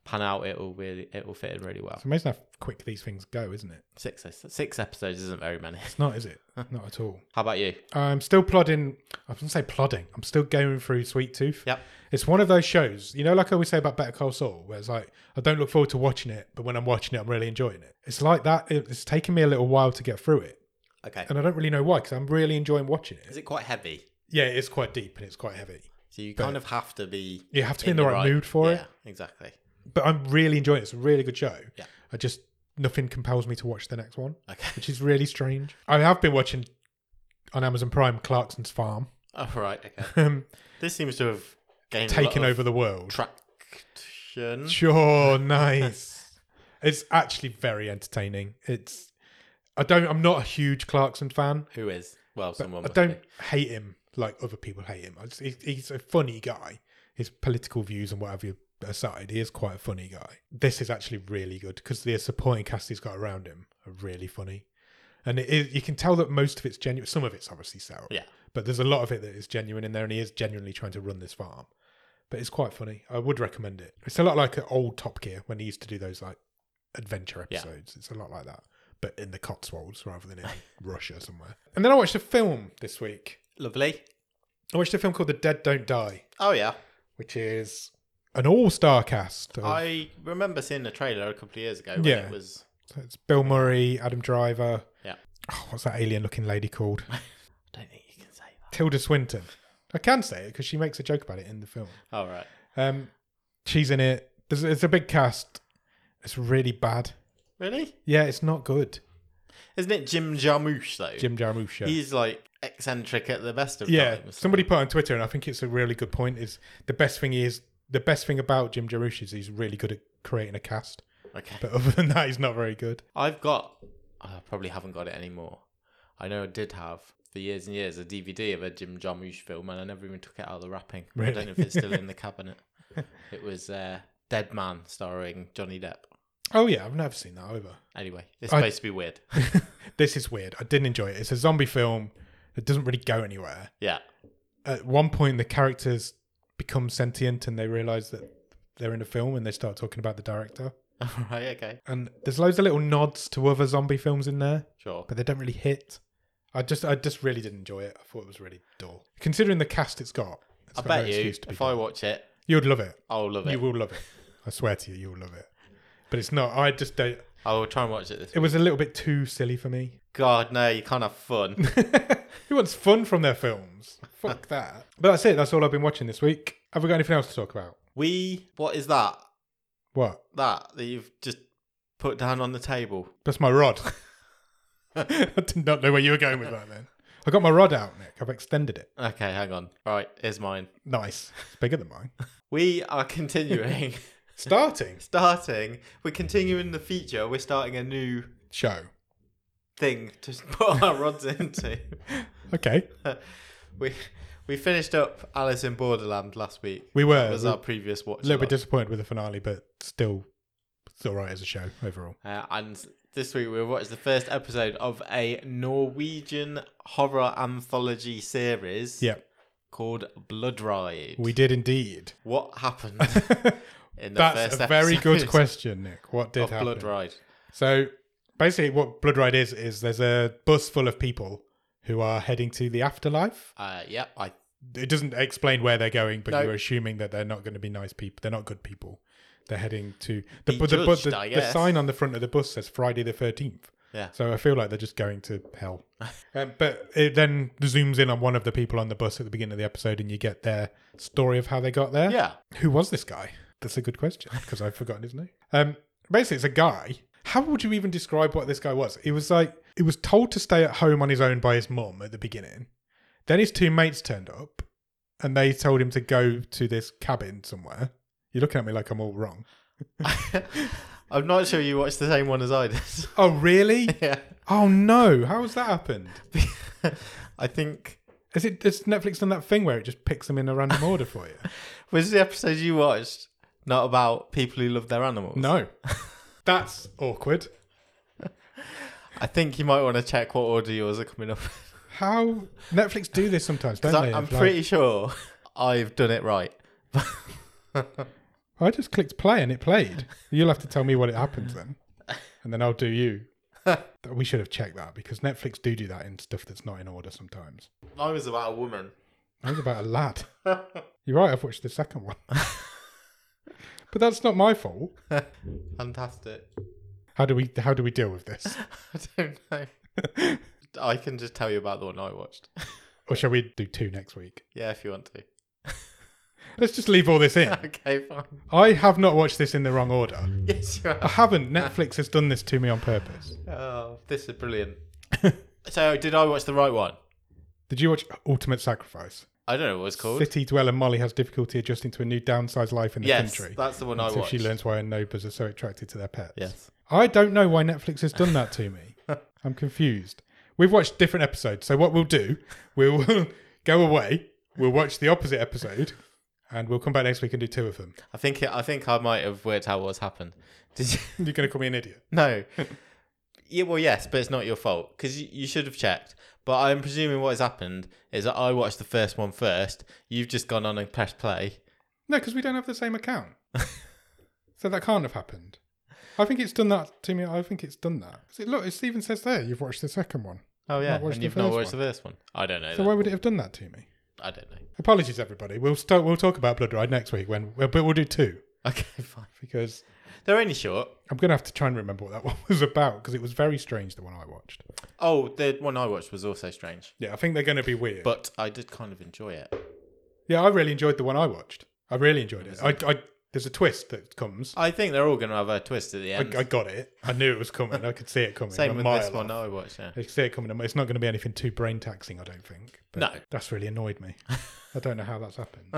[SPEAKER 2] pan out, it will really it will fit in really well.
[SPEAKER 1] It's amazing how quick these things go, isn't it?
[SPEAKER 2] Six six episodes isn't very many. (laughs)
[SPEAKER 1] It's not, is it? not at all.
[SPEAKER 2] How about you?
[SPEAKER 1] I'm still plodding. I was going to say plodding. I'm still going through Sweet Tooth.
[SPEAKER 2] Yep.
[SPEAKER 1] It's one of those shows, you know, like I always say about Better Call Saul, where it's like, I don't look forward to watching it, but when I'm watching it, I'm really enjoying it. It's like that. It- It's taken me a little while to get through it.
[SPEAKER 2] Okay,
[SPEAKER 1] And I don't really know why, because I'm really enjoying watching
[SPEAKER 2] is
[SPEAKER 1] it.
[SPEAKER 2] it quite heavy?
[SPEAKER 1] Yeah, it's quite deep and it's quite heavy.
[SPEAKER 2] So you kind of have to be
[SPEAKER 1] You have to be in, the, right, mood for it.
[SPEAKER 2] Yeah, exactly.
[SPEAKER 1] But I'm really enjoying it. It's a really good show.
[SPEAKER 2] Yeah.
[SPEAKER 1] I just nothing compels me to watch the next one,
[SPEAKER 2] Okay. (laughs)
[SPEAKER 1] which is really strange. I have been watching on Amazon Prime Clarkson's Farm, (laughs)
[SPEAKER 2] All right. Okay.
[SPEAKER 1] um,
[SPEAKER 2] This seems to have gained
[SPEAKER 1] taking
[SPEAKER 2] a lot
[SPEAKER 1] over the world.
[SPEAKER 2] of traction. (laughs)
[SPEAKER 1] Sure, nice. it's actually very entertaining. It's I don't I'm not a huge Clarkson fan.
[SPEAKER 2] Who is? Well,
[SPEAKER 1] But
[SPEAKER 2] someone.
[SPEAKER 1] I
[SPEAKER 2] must
[SPEAKER 1] don't
[SPEAKER 2] be.
[SPEAKER 1] hate him like other people hate him. I just- he- He's a funny guy. His political views and whatever aside, he is quite a funny guy. This is actually really good because the supporting cast he's got around him are really funny, and it is, you can tell that most of it's genuine. Some of it's obviously set up,
[SPEAKER 2] Yeah.
[SPEAKER 1] but there's a lot of it that is genuine in there, and he is genuinely trying to run this farm. But it's quite funny. I would recommend it. It's a lot like an old Top Gear when he used to do those like adventure
[SPEAKER 2] Yeah.
[SPEAKER 1] episodes. It's a lot like that, but in the Cotswolds rather than in
[SPEAKER 2] (laughs)
[SPEAKER 1] Russia somewhere. And then I watched a film this week.
[SPEAKER 2] Lovely.
[SPEAKER 1] I watched a film called The Dead Don't Die,
[SPEAKER 2] Oh yeah.
[SPEAKER 1] which is an all-star cast. Of,
[SPEAKER 2] I remember seeing the trailer a couple of years ago. When
[SPEAKER 1] Oh. Yeah.
[SPEAKER 2] It was.
[SPEAKER 1] it's Bill Murray, Adam Driver.
[SPEAKER 2] Yeah.
[SPEAKER 1] Oh, what's that alien-looking lady
[SPEAKER 2] (laughs)
[SPEAKER 1] called?
[SPEAKER 2] I don't think you can say that.
[SPEAKER 1] Tilda Swinton. I can say it because she makes a joke about it in the film.
[SPEAKER 2] All right.
[SPEAKER 1] Um, she's in it. There's, it's a big cast. It's really bad.
[SPEAKER 2] Really?
[SPEAKER 1] Yeah, it's not good.
[SPEAKER 2] Isn't it Jim Jarmusch though?
[SPEAKER 1] Jim Jarmusch. yeah.
[SPEAKER 2] He's like eccentric at the best of
[SPEAKER 1] Yeah,
[SPEAKER 2] times.
[SPEAKER 1] somebody put on Twitter, and I think it's a really good point. Is the best thing is the best thing about Jim Jarmusch is he's really good at creating a cast,
[SPEAKER 2] Okay.
[SPEAKER 1] but (laughs) other than that, he's not very good.
[SPEAKER 2] I've got. I probably haven't got it anymore. I know I did have for years and years a DVD of a Jim Jarmusch film, and I never even took it out of the wrapping. I
[SPEAKER 1] Really?
[SPEAKER 2] don't know if it's still in the cabinet. It was uh, Dead Man starring Johnny Depp.
[SPEAKER 1] Oh yeah, I've never seen that either. (laughs)
[SPEAKER 2] Anyway, it's
[SPEAKER 1] I-
[SPEAKER 2] supposed to be weird.
[SPEAKER 1] this is weird. I didn't enjoy it. It's a zombie film. It doesn't really go anywhere.
[SPEAKER 2] Yeah. (laughs)
[SPEAKER 1] At one point, the characters become sentient, and they realize that they're in a film, and they start talking about the director.
[SPEAKER 2] All right. Okay.
[SPEAKER 1] And there's loads of little nods to other zombie films in there.
[SPEAKER 2] Sure.
[SPEAKER 1] but they don't really hit. I just, I just really didn't enjoy it. I thought it was really dull, considering the cast it's got. It's
[SPEAKER 2] I
[SPEAKER 1] got
[SPEAKER 2] bet
[SPEAKER 1] no
[SPEAKER 2] you
[SPEAKER 1] excuse
[SPEAKER 2] if
[SPEAKER 1] to be
[SPEAKER 2] I
[SPEAKER 1] dull.
[SPEAKER 2] watch it,
[SPEAKER 1] you'd love it.
[SPEAKER 2] I'll love it.
[SPEAKER 1] You will love it. I swear to you, you will love it. But it's not. I just don't.
[SPEAKER 2] I will try and watch it this.
[SPEAKER 1] It was a little bit too silly for me.
[SPEAKER 2] God, no, you can't
[SPEAKER 1] (laughs)
[SPEAKER 2] have fun.
[SPEAKER 1] Who wants fun from their films?
[SPEAKER 2] (laughs)
[SPEAKER 1] Fuck that. But that's it. That's all I've been watching this week. Have we got anything else to talk about?
[SPEAKER 2] we. What is that?
[SPEAKER 1] What?
[SPEAKER 2] That that you've just put down on the table?
[SPEAKER 1] That's my rod. (laughs) I did not know where you were going with that. Then I got my rod out, Nick. I've extended it.
[SPEAKER 2] Okay, hang on. All right, here's mine.
[SPEAKER 1] Nice. It's bigger than mine.
[SPEAKER 2] We
[SPEAKER 1] (laughs)
[SPEAKER 2] are continuing,
[SPEAKER 1] Starting
[SPEAKER 2] starting. We're continuing the feature. We're starting a new
[SPEAKER 1] show.
[SPEAKER 2] thing to (laughs) put our rods into.
[SPEAKER 1] Okay.
[SPEAKER 2] We we finished up Alice in Borderland last week.
[SPEAKER 1] We were.
[SPEAKER 2] That was
[SPEAKER 1] we
[SPEAKER 2] our previous watch.
[SPEAKER 1] a little bit
[SPEAKER 2] along.
[SPEAKER 1] disappointed with the finale, but still, it's all right as a show overall.
[SPEAKER 2] Uh, and this week we watched the first episode of a Norwegian horror anthology series.
[SPEAKER 1] Yeah,
[SPEAKER 2] Called Blood Ride.
[SPEAKER 1] we did indeed. (laughs)
[SPEAKER 2] What happened in the
[SPEAKER 1] That's
[SPEAKER 2] first
[SPEAKER 1] a very good
[SPEAKER 2] episode
[SPEAKER 1] question, Nick. What did
[SPEAKER 2] Of
[SPEAKER 1] happen?
[SPEAKER 2] Blood Ride.
[SPEAKER 1] So basically, what Blood Ride is is there's a bus full of people who are heading to the afterlife.
[SPEAKER 2] Uh, yeah, I
[SPEAKER 1] It doesn't explain where they're going, but
[SPEAKER 2] No.
[SPEAKER 1] you're assuming that they're not going to be nice people. They're not good people. They're heading to the
[SPEAKER 2] Be
[SPEAKER 1] bu- the, bu-
[SPEAKER 2] judged,
[SPEAKER 1] the,
[SPEAKER 2] I
[SPEAKER 1] the
[SPEAKER 2] guess.
[SPEAKER 1] sign on the front of the bus says Friday the thirteenth.
[SPEAKER 2] Yeah.
[SPEAKER 1] So I feel like they're just going to
[SPEAKER 2] (laughs)
[SPEAKER 1] hell. um, but it then zooms in on one of the people on the bus at the beginning of the episode, and you get their story of how they got there.
[SPEAKER 2] yeah.
[SPEAKER 1] Who was this guy? That's a good question because I've forgotten his name. Um, basically, it's a guy. How would you even describe what this guy was? He was like he was told to stay at home on his own by his mum at the beginning. Then his two mates turned up, and they told him to go to this cabin somewhere. You're looking at me like I'm all wrong.
[SPEAKER 2] I'm not sure you watched the same one as I did. (laughs)
[SPEAKER 1] Oh really?
[SPEAKER 2] yeah.
[SPEAKER 1] oh no! How has that happened?
[SPEAKER 2] (laughs) I think
[SPEAKER 1] Is it has Netflix done that thing where it just picks them in a random order for
[SPEAKER 2] (laughs)
[SPEAKER 1] you?
[SPEAKER 2] was the episode you watched not about people who love their animals.
[SPEAKER 1] No. That's awkward.
[SPEAKER 2] I think you might want to check what order yours are coming up. (laughs)
[SPEAKER 1] How Netflix do this sometimes, don't
[SPEAKER 2] 'Cause I-
[SPEAKER 1] they?
[SPEAKER 2] I'm
[SPEAKER 1] It's like,
[SPEAKER 2] pretty sure I've done it right. (laughs)
[SPEAKER 1] I just clicked play and it played. You'll have to tell me what it happens then. And then I'll do you. we should have checked that because Netflix do do that in stuff that's not in order sometimes.
[SPEAKER 2] Mine was about a woman. (laughs)
[SPEAKER 1] That was about a lad. You're right, I've watched the second one. but that's not my fault.
[SPEAKER 2] Fantastic.
[SPEAKER 1] How do we how do we deal with this?
[SPEAKER 2] I don't know. I can just tell you about the one I watched.
[SPEAKER 1] Or shall we do two next week?
[SPEAKER 2] Yeah, if you want to.
[SPEAKER 1] Let's just leave all this in.
[SPEAKER 2] (laughs) okay, fine. (laughs)
[SPEAKER 1] I have not watched this in the wrong order.
[SPEAKER 2] Yes, you
[SPEAKER 1] I
[SPEAKER 2] are.
[SPEAKER 1] haven't. Netflix has done this to me on purpose.
[SPEAKER 2] Oh, this is
[SPEAKER 1] (laughs)
[SPEAKER 2] brilliant. so, did I watch the right one?
[SPEAKER 1] Did you watch Ultimate Sacrifice?
[SPEAKER 2] I don't know what it's called.
[SPEAKER 1] City dweller Molly has difficulty adjusting to a new downsized life in the
[SPEAKER 2] yes,
[SPEAKER 1] country.
[SPEAKER 2] that's the one I
[SPEAKER 1] until
[SPEAKER 2] watched.
[SPEAKER 1] she learns why her neighbours are so attracted to their pets.
[SPEAKER 2] Yes.
[SPEAKER 1] I don't know why Netflix has done that to
[SPEAKER 2] (laughs)
[SPEAKER 1] me. I'm confused. We've watched different episodes, so what we'll do, we'll (laughs) go away, we'll watch the opposite episode, and we'll come back next week and do two of them.
[SPEAKER 2] I think it, I think I might have worked out what's happened. (laughs) Did you?
[SPEAKER 1] You're going to call me an idiot.
[SPEAKER 2] No. yeah, well, yes, but it's not your fault because you, you should have checked. But I'm presuming what has happened is that I watched the first one first. You've just gone on and pressed play.
[SPEAKER 1] No, because we don't have the same
[SPEAKER 2] (laughs)
[SPEAKER 1] account. so that can't have happened. I think it's done that to me. I think it's done that. See, Look, it even says there you've watched the second one.
[SPEAKER 2] Oh yeah,
[SPEAKER 1] Not watched
[SPEAKER 2] and
[SPEAKER 1] the
[SPEAKER 2] you've not
[SPEAKER 1] first
[SPEAKER 2] watched the first one. I don't know.
[SPEAKER 1] So
[SPEAKER 2] that.
[SPEAKER 1] why would it have done that to me?
[SPEAKER 2] I don't know. (laughs)
[SPEAKER 1] Apologies, everybody. We'll start. We'll talk about Blood Ride next week when, but we'll do two
[SPEAKER 2] Okay, fine.
[SPEAKER 1] because
[SPEAKER 2] They're only short.
[SPEAKER 1] I'm going to have to try and remember what that (laughs) one was about because it was very strange. The one I watched.
[SPEAKER 2] Oh, the one I watched was also strange,
[SPEAKER 1] Yeah, I think they're going to be weird. But
[SPEAKER 2] but I did kind of enjoy it.
[SPEAKER 1] yeah, I really enjoyed the one I watched. I really enjoyed it. I, I there's a twist that comes.
[SPEAKER 2] I think they're all going to have a twist at the
[SPEAKER 1] I,
[SPEAKER 2] end.
[SPEAKER 1] I got it. I knew it was coming. I could see it coming. a
[SPEAKER 2] Same with
[SPEAKER 1] mile
[SPEAKER 2] this one
[SPEAKER 1] off.
[SPEAKER 2] I watched. Yeah.
[SPEAKER 1] I could see it coming. It's not going to be anything too brain taxing, I don't think. But
[SPEAKER 2] No.
[SPEAKER 1] that's really annoyed
[SPEAKER 2] (laughs)
[SPEAKER 1] me. I don't know how that's happened.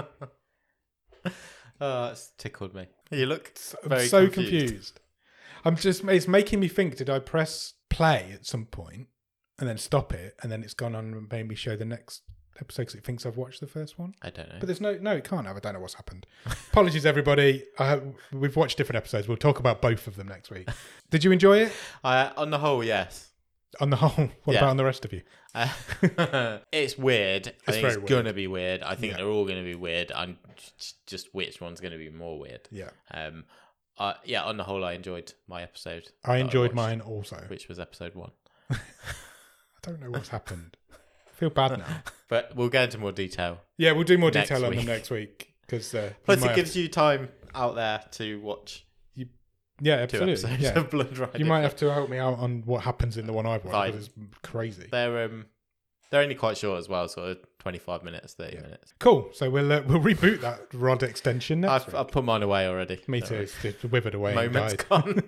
[SPEAKER 2] Oh, it's tickled me. You look
[SPEAKER 1] I'm
[SPEAKER 2] very
[SPEAKER 1] so confused.
[SPEAKER 2] confused.
[SPEAKER 1] I'm just it's making me think did I press play at some point and then stop it and then it's gone on and made me show the next episode because it thinks I've watched the first one.
[SPEAKER 2] I don't know.
[SPEAKER 1] But there's no no it can't have. I don't know what's happened. Apologies everybody. I hope we've watched different episodes. We'll talk about both of them next week. Did you enjoy it?
[SPEAKER 2] I, on the whole, yes.
[SPEAKER 1] On the whole, (laughs) what
[SPEAKER 2] Yeah.
[SPEAKER 1] about on the rest of you?
[SPEAKER 2] Uh, (laughs) it's weird. I think
[SPEAKER 1] very
[SPEAKER 2] it's
[SPEAKER 1] weird.
[SPEAKER 2] gonna be weird. I think
[SPEAKER 1] Yeah.
[SPEAKER 2] they're all gonna be weird. I'm j- just which one's gonna be more weird.
[SPEAKER 1] Yeah.
[SPEAKER 2] Um. Uh, yeah. On the whole, I enjoyed my episode. that
[SPEAKER 1] I enjoyed
[SPEAKER 2] watched,
[SPEAKER 1] mine also. I
[SPEAKER 2] which was episode one.
[SPEAKER 1] don't know what's happened. I feel bad
[SPEAKER 2] (laughs)
[SPEAKER 1] now.
[SPEAKER 2] But we'll get into more detail.
[SPEAKER 1] Yeah, we'll do more
[SPEAKER 2] Next
[SPEAKER 1] detail on
[SPEAKER 2] week.
[SPEAKER 1] them next week because uh, we
[SPEAKER 2] Plus,
[SPEAKER 1] might
[SPEAKER 2] it
[SPEAKER 1] have-
[SPEAKER 2] gives you time out there to watch
[SPEAKER 1] yeah,
[SPEAKER 2] two
[SPEAKER 1] absolutely.
[SPEAKER 2] episodes
[SPEAKER 1] yeah.
[SPEAKER 2] (laughs) of Blood Rider.
[SPEAKER 1] You might have to help me out on what happens in the one I've
[SPEAKER 2] Fine.
[SPEAKER 1] watched because it's crazy.
[SPEAKER 2] They're um, they're only quite short as well, sort of twenty-five minutes, thirty minutes.
[SPEAKER 1] Cool. So we'll uh, we'll reboot that rod extension next
[SPEAKER 2] I've,
[SPEAKER 1] week.
[SPEAKER 2] I've put mine away already.
[SPEAKER 1] Me
[SPEAKER 2] Don't
[SPEAKER 1] too.
[SPEAKER 2] worry.
[SPEAKER 1] It's just withered away. and
[SPEAKER 2] Moments
[SPEAKER 1] died. (laughs)
[SPEAKER 2] gone.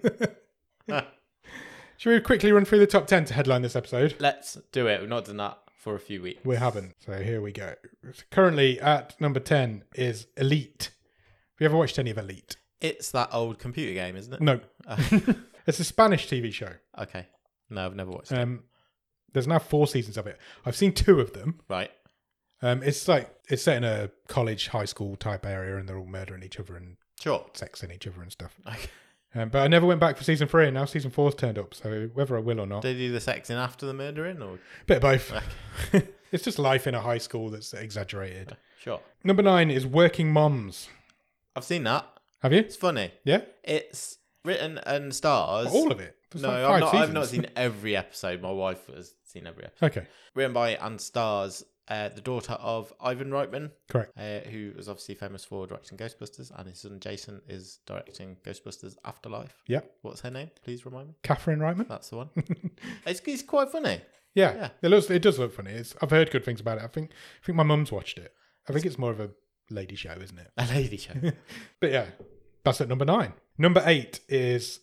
[SPEAKER 1] Should we quickly run through the top ten to headline this episode?
[SPEAKER 2] Let's do it. We've not done that for a few weeks.
[SPEAKER 1] We haven't. So here we go. Currently at number ten is Elite. Have you ever watched any of Elite?
[SPEAKER 2] It's that old computer game, isn't it?
[SPEAKER 1] No.
[SPEAKER 2] Uh,
[SPEAKER 1] It's a Spanish TV show.
[SPEAKER 2] okay. No, I've never watched it.
[SPEAKER 1] Um, there's now four seasons of it. I've seen two of them.
[SPEAKER 2] Right.
[SPEAKER 1] Um, it's like it's set in a college, high school type area, and they're all murdering each other and
[SPEAKER 2] Sure.
[SPEAKER 1] sexing each other and stuff.
[SPEAKER 2] Okay.
[SPEAKER 1] Um, but I never went back for season three, and now season four's turned up. So whether I will or not,
[SPEAKER 2] They do the sexing after the murdering, or
[SPEAKER 1] bit of both. (laughs) it's just life in a high school that's exaggerated.
[SPEAKER 2] sure.
[SPEAKER 1] Number nine is Working Moms.
[SPEAKER 2] I've seen that.
[SPEAKER 1] Have you?
[SPEAKER 2] It's funny.
[SPEAKER 1] Yeah,
[SPEAKER 2] It's written and stars.
[SPEAKER 1] all of it. There's
[SPEAKER 2] no,
[SPEAKER 1] like
[SPEAKER 2] I've
[SPEAKER 1] five
[SPEAKER 2] not. I've
[SPEAKER 1] seasons.
[SPEAKER 2] not seen every episode. My wife has seen every episode.
[SPEAKER 1] (laughs) Okay,
[SPEAKER 2] Written by and stars uh, the daughter of Ivan Reitman,
[SPEAKER 1] correct.
[SPEAKER 2] uh, who was obviously famous for directing Ghostbusters, and his son Jason is directing Ghostbusters Afterlife.
[SPEAKER 1] Yeah,
[SPEAKER 2] What's her name? Please remind me.
[SPEAKER 1] Catherine Reitman.
[SPEAKER 2] That's
[SPEAKER 1] (laughs)
[SPEAKER 2] the one. it's, it's quite funny.
[SPEAKER 1] Yeah,
[SPEAKER 2] Oh, Yeah.
[SPEAKER 1] it looks. It does look funny. It's, I've heard good things about it. I think. I think my mum's watched it. I think it's more of a lady show, isn't it?
[SPEAKER 2] A lady show.
[SPEAKER 1] But yeah, that's at number nine. Number eight is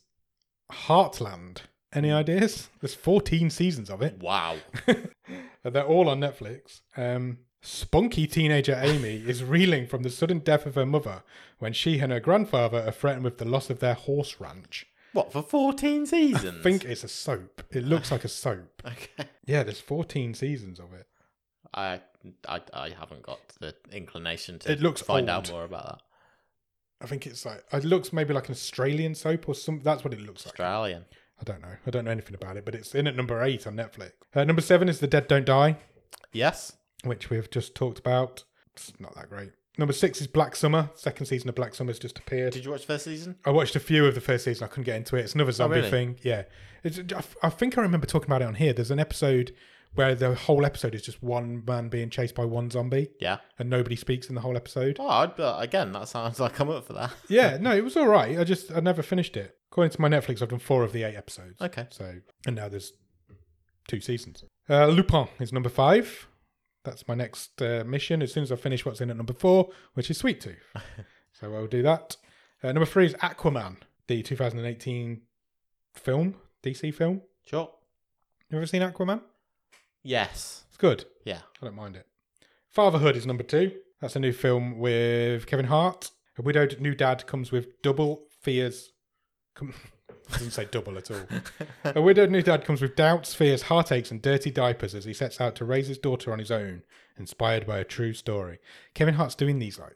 [SPEAKER 1] Heartland.
[SPEAKER 2] Hmm.
[SPEAKER 1] Any ideas? There's 14 seasons of it.
[SPEAKER 2] wow.
[SPEAKER 1] They're all on Netflix. Um, spunky teenager Amy
[SPEAKER 2] (laughs)
[SPEAKER 1] is reeling from the sudden death of her mother when she and her grandfather are threatened with the loss of their horse ranch.
[SPEAKER 2] What for fourteen seasons?
[SPEAKER 1] I (laughs) think it's a soap. It looks like a soap.
[SPEAKER 2] Okay.
[SPEAKER 1] Yeah, there's 14 seasons of it.
[SPEAKER 2] I, I I haven't got the inclination to
[SPEAKER 1] It looks
[SPEAKER 2] find out
[SPEAKER 1] old.
[SPEAKER 2] more about that.
[SPEAKER 1] I think it's like it looks maybe like an Australian soap or something. That's what it looks like.
[SPEAKER 2] Australian.
[SPEAKER 1] I don't know. I don't know anything about it, but it's in at number eight on Netflix. Uh, number seven is The Dead Don't Die,
[SPEAKER 2] Yes.
[SPEAKER 1] which we've just talked about. It's not that great. Number six is Black Summer. Second season of Black Summer's just appeared.
[SPEAKER 2] Did you watch the first season?
[SPEAKER 1] I watched a few of the first season. I couldn't get into it. It's another zombie
[SPEAKER 2] really?
[SPEAKER 1] thing. Yeah, it's, I, I think I remember talking about it on here. There's an episode where the whole episode is just one man being chased by one zombie,
[SPEAKER 2] Yeah.
[SPEAKER 1] and nobody speaks in the whole episode.
[SPEAKER 2] Oh, I'd, but again, that sounds like I'm up for that.
[SPEAKER 1] Yeah, no, it was all right. I just I never finished it. According to my Netflix, I've done four of the eight episodes.
[SPEAKER 2] Okay.
[SPEAKER 1] So and now there's two seasons. Uh, Lupin is number five. That's my next uh, mission as soon as I finish what's in at number four, which is Sweet Tooth. so I'll do that. Uh, number three is Aquaman, the 2018 film, DC film.
[SPEAKER 2] Sure.
[SPEAKER 1] You ever seen Aquaman?
[SPEAKER 2] (laughs) Yes.
[SPEAKER 1] It's good.
[SPEAKER 2] Yeah.
[SPEAKER 1] I don't mind it. Fatherhood is number two. That's a new film with Kevin Hart. A widowed new dad comes with double fears. Com- (laughs) doesn't say double at all. A widowed new dad comes with doubts, fears, heartaches, and dirty diapers as he sets out to raise his daughter on his own, inspired by a true story. Kevin Hart's doing these like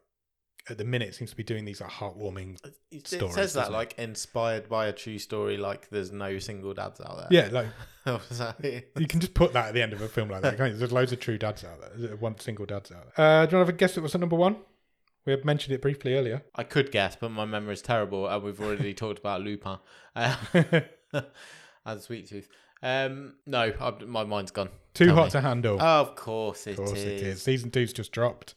[SPEAKER 1] at the minute seems to be doing these like heartwarming.
[SPEAKER 2] It
[SPEAKER 1] Stories,
[SPEAKER 2] says that
[SPEAKER 1] doesn't it?
[SPEAKER 2] like inspired by a true story, like there's no single dads out (laughs) there.
[SPEAKER 1] Yeah, like
[SPEAKER 2] Yeah.
[SPEAKER 1] you can just put that at the end of a film like that. Can't you? There's loads of true dads out there. There's One single dads out there. Uh, do you want to have a guess at what's at number one? We had mentioned it briefly earlier.
[SPEAKER 2] (laughs) I could guess, but my memory is terrible, and we've already (laughs) talked about Lupin uh, and Sweet Tooth. Um, no, i my mind's gone.
[SPEAKER 1] Too
[SPEAKER 2] Tell
[SPEAKER 1] hot
[SPEAKER 2] me.
[SPEAKER 1] to handle.
[SPEAKER 2] Of course it
[SPEAKER 1] Of course Oh, it is. Season two's just dropped.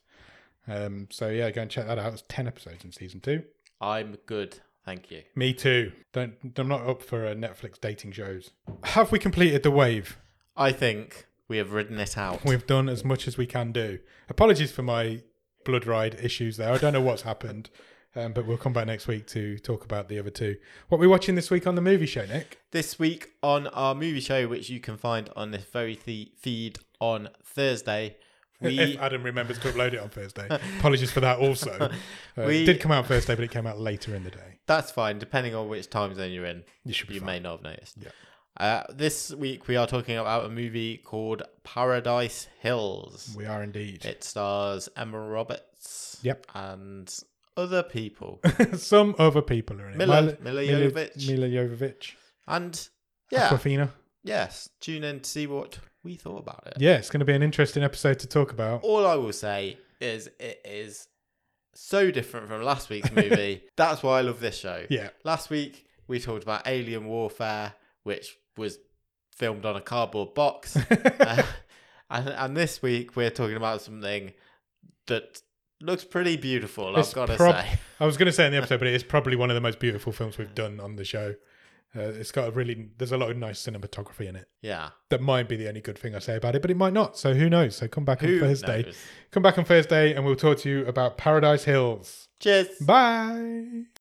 [SPEAKER 1] Um, so yeah, go and check that out. It's ten episodes in season two.
[SPEAKER 2] I'm good, thank you.
[SPEAKER 1] Me too. Don't I'm not up for uh, Netflix dating shows. Have we completed the wave?
[SPEAKER 2] I think we have ridden it out.
[SPEAKER 1] We've done as much as we can do. Apologies for my blood ride issues there. I don't know what's happened. Um, but we'll come back next week to talk about the other two. What are we watching this week on the movie show, Nick?
[SPEAKER 2] This week on our movie show, which you can find on this very th- feed on Thursday,
[SPEAKER 1] (laughs) if
[SPEAKER 2] we
[SPEAKER 1] Adam remembers to upload it on (laughs) Thursday. Apologies for that also. (laughs) Uh,
[SPEAKER 2] We-
[SPEAKER 1] It did come out Thursday, but it came out later in the day.
[SPEAKER 2] that's fine, depending on which time zone you're in.
[SPEAKER 1] You should be
[SPEAKER 2] you
[SPEAKER 1] fine.
[SPEAKER 2] may not have noticed.
[SPEAKER 1] Yeah.
[SPEAKER 2] Uh, this week we are talking about a movie called Paradise Hills.
[SPEAKER 1] We are indeed.
[SPEAKER 2] It stars Emma Roberts.
[SPEAKER 1] Yep.
[SPEAKER 2] And
[SPEAKER 1] (laughs)
[SPEAKER 2] other people.
[SPEAKER 1] Some other people are in it.
[SPEAKER 2] Milo-
[SPEAKER 1] Mil-
[SPEAKER 2] Mila
[SPEAKER 1] Milo-
[SPEAKER 2] Jovovich.
[SPEAKER 1] Mila Jovovich.
[SPEAKER 2] and yeah,
[SPEAKER 1] Aquafina.
[SPEAKER 2] yes. Tune in to see what we thought about it.
[SPEAKER 1] Yeah, it's going to be an interesting episode to talk about.
[SPEAKER 2] All I will say is it is so different from last
[SPEAKER 1] (laughs)
[SPEAKER 2] week's movie. That's why I love this show.
[SPEAKER 1] Yeah.
[SPEAKER 2] Last week we talked about alien warfare, which was filmed on a
[SPEAKER 1] (laughs)
[SPEAKER 2] cardboard box. Uh, and, and this week we're talking about something that looks pretty beautiful.
[SPEAKER 1] It's
[SPEAKER 2] I've got to
[SPEAKER 1] prob-
[SPEAKER 2] say,
[SPEAKER 1] (laughs) I was going to say in the episode, but it is probably one of the most beautiful films we've done on the show. Uh, it's got a really, there's a lot of nice cinematography in it.
[SPEAKER 2] yeah.
[SPEAKER 1] That might be the only good thing I say about it, but it might not. So who knows? So come back on
[SPEAKER 2] Who
[SPEAKER 1] Thursday.
[SPEAKER 2] knows?
[SPEAKER 1] Come back on Thursday and we'll talk to you about Paradise Hills.
[SPEAKER 2] Cheers.
[SPEAKER 1] Bye.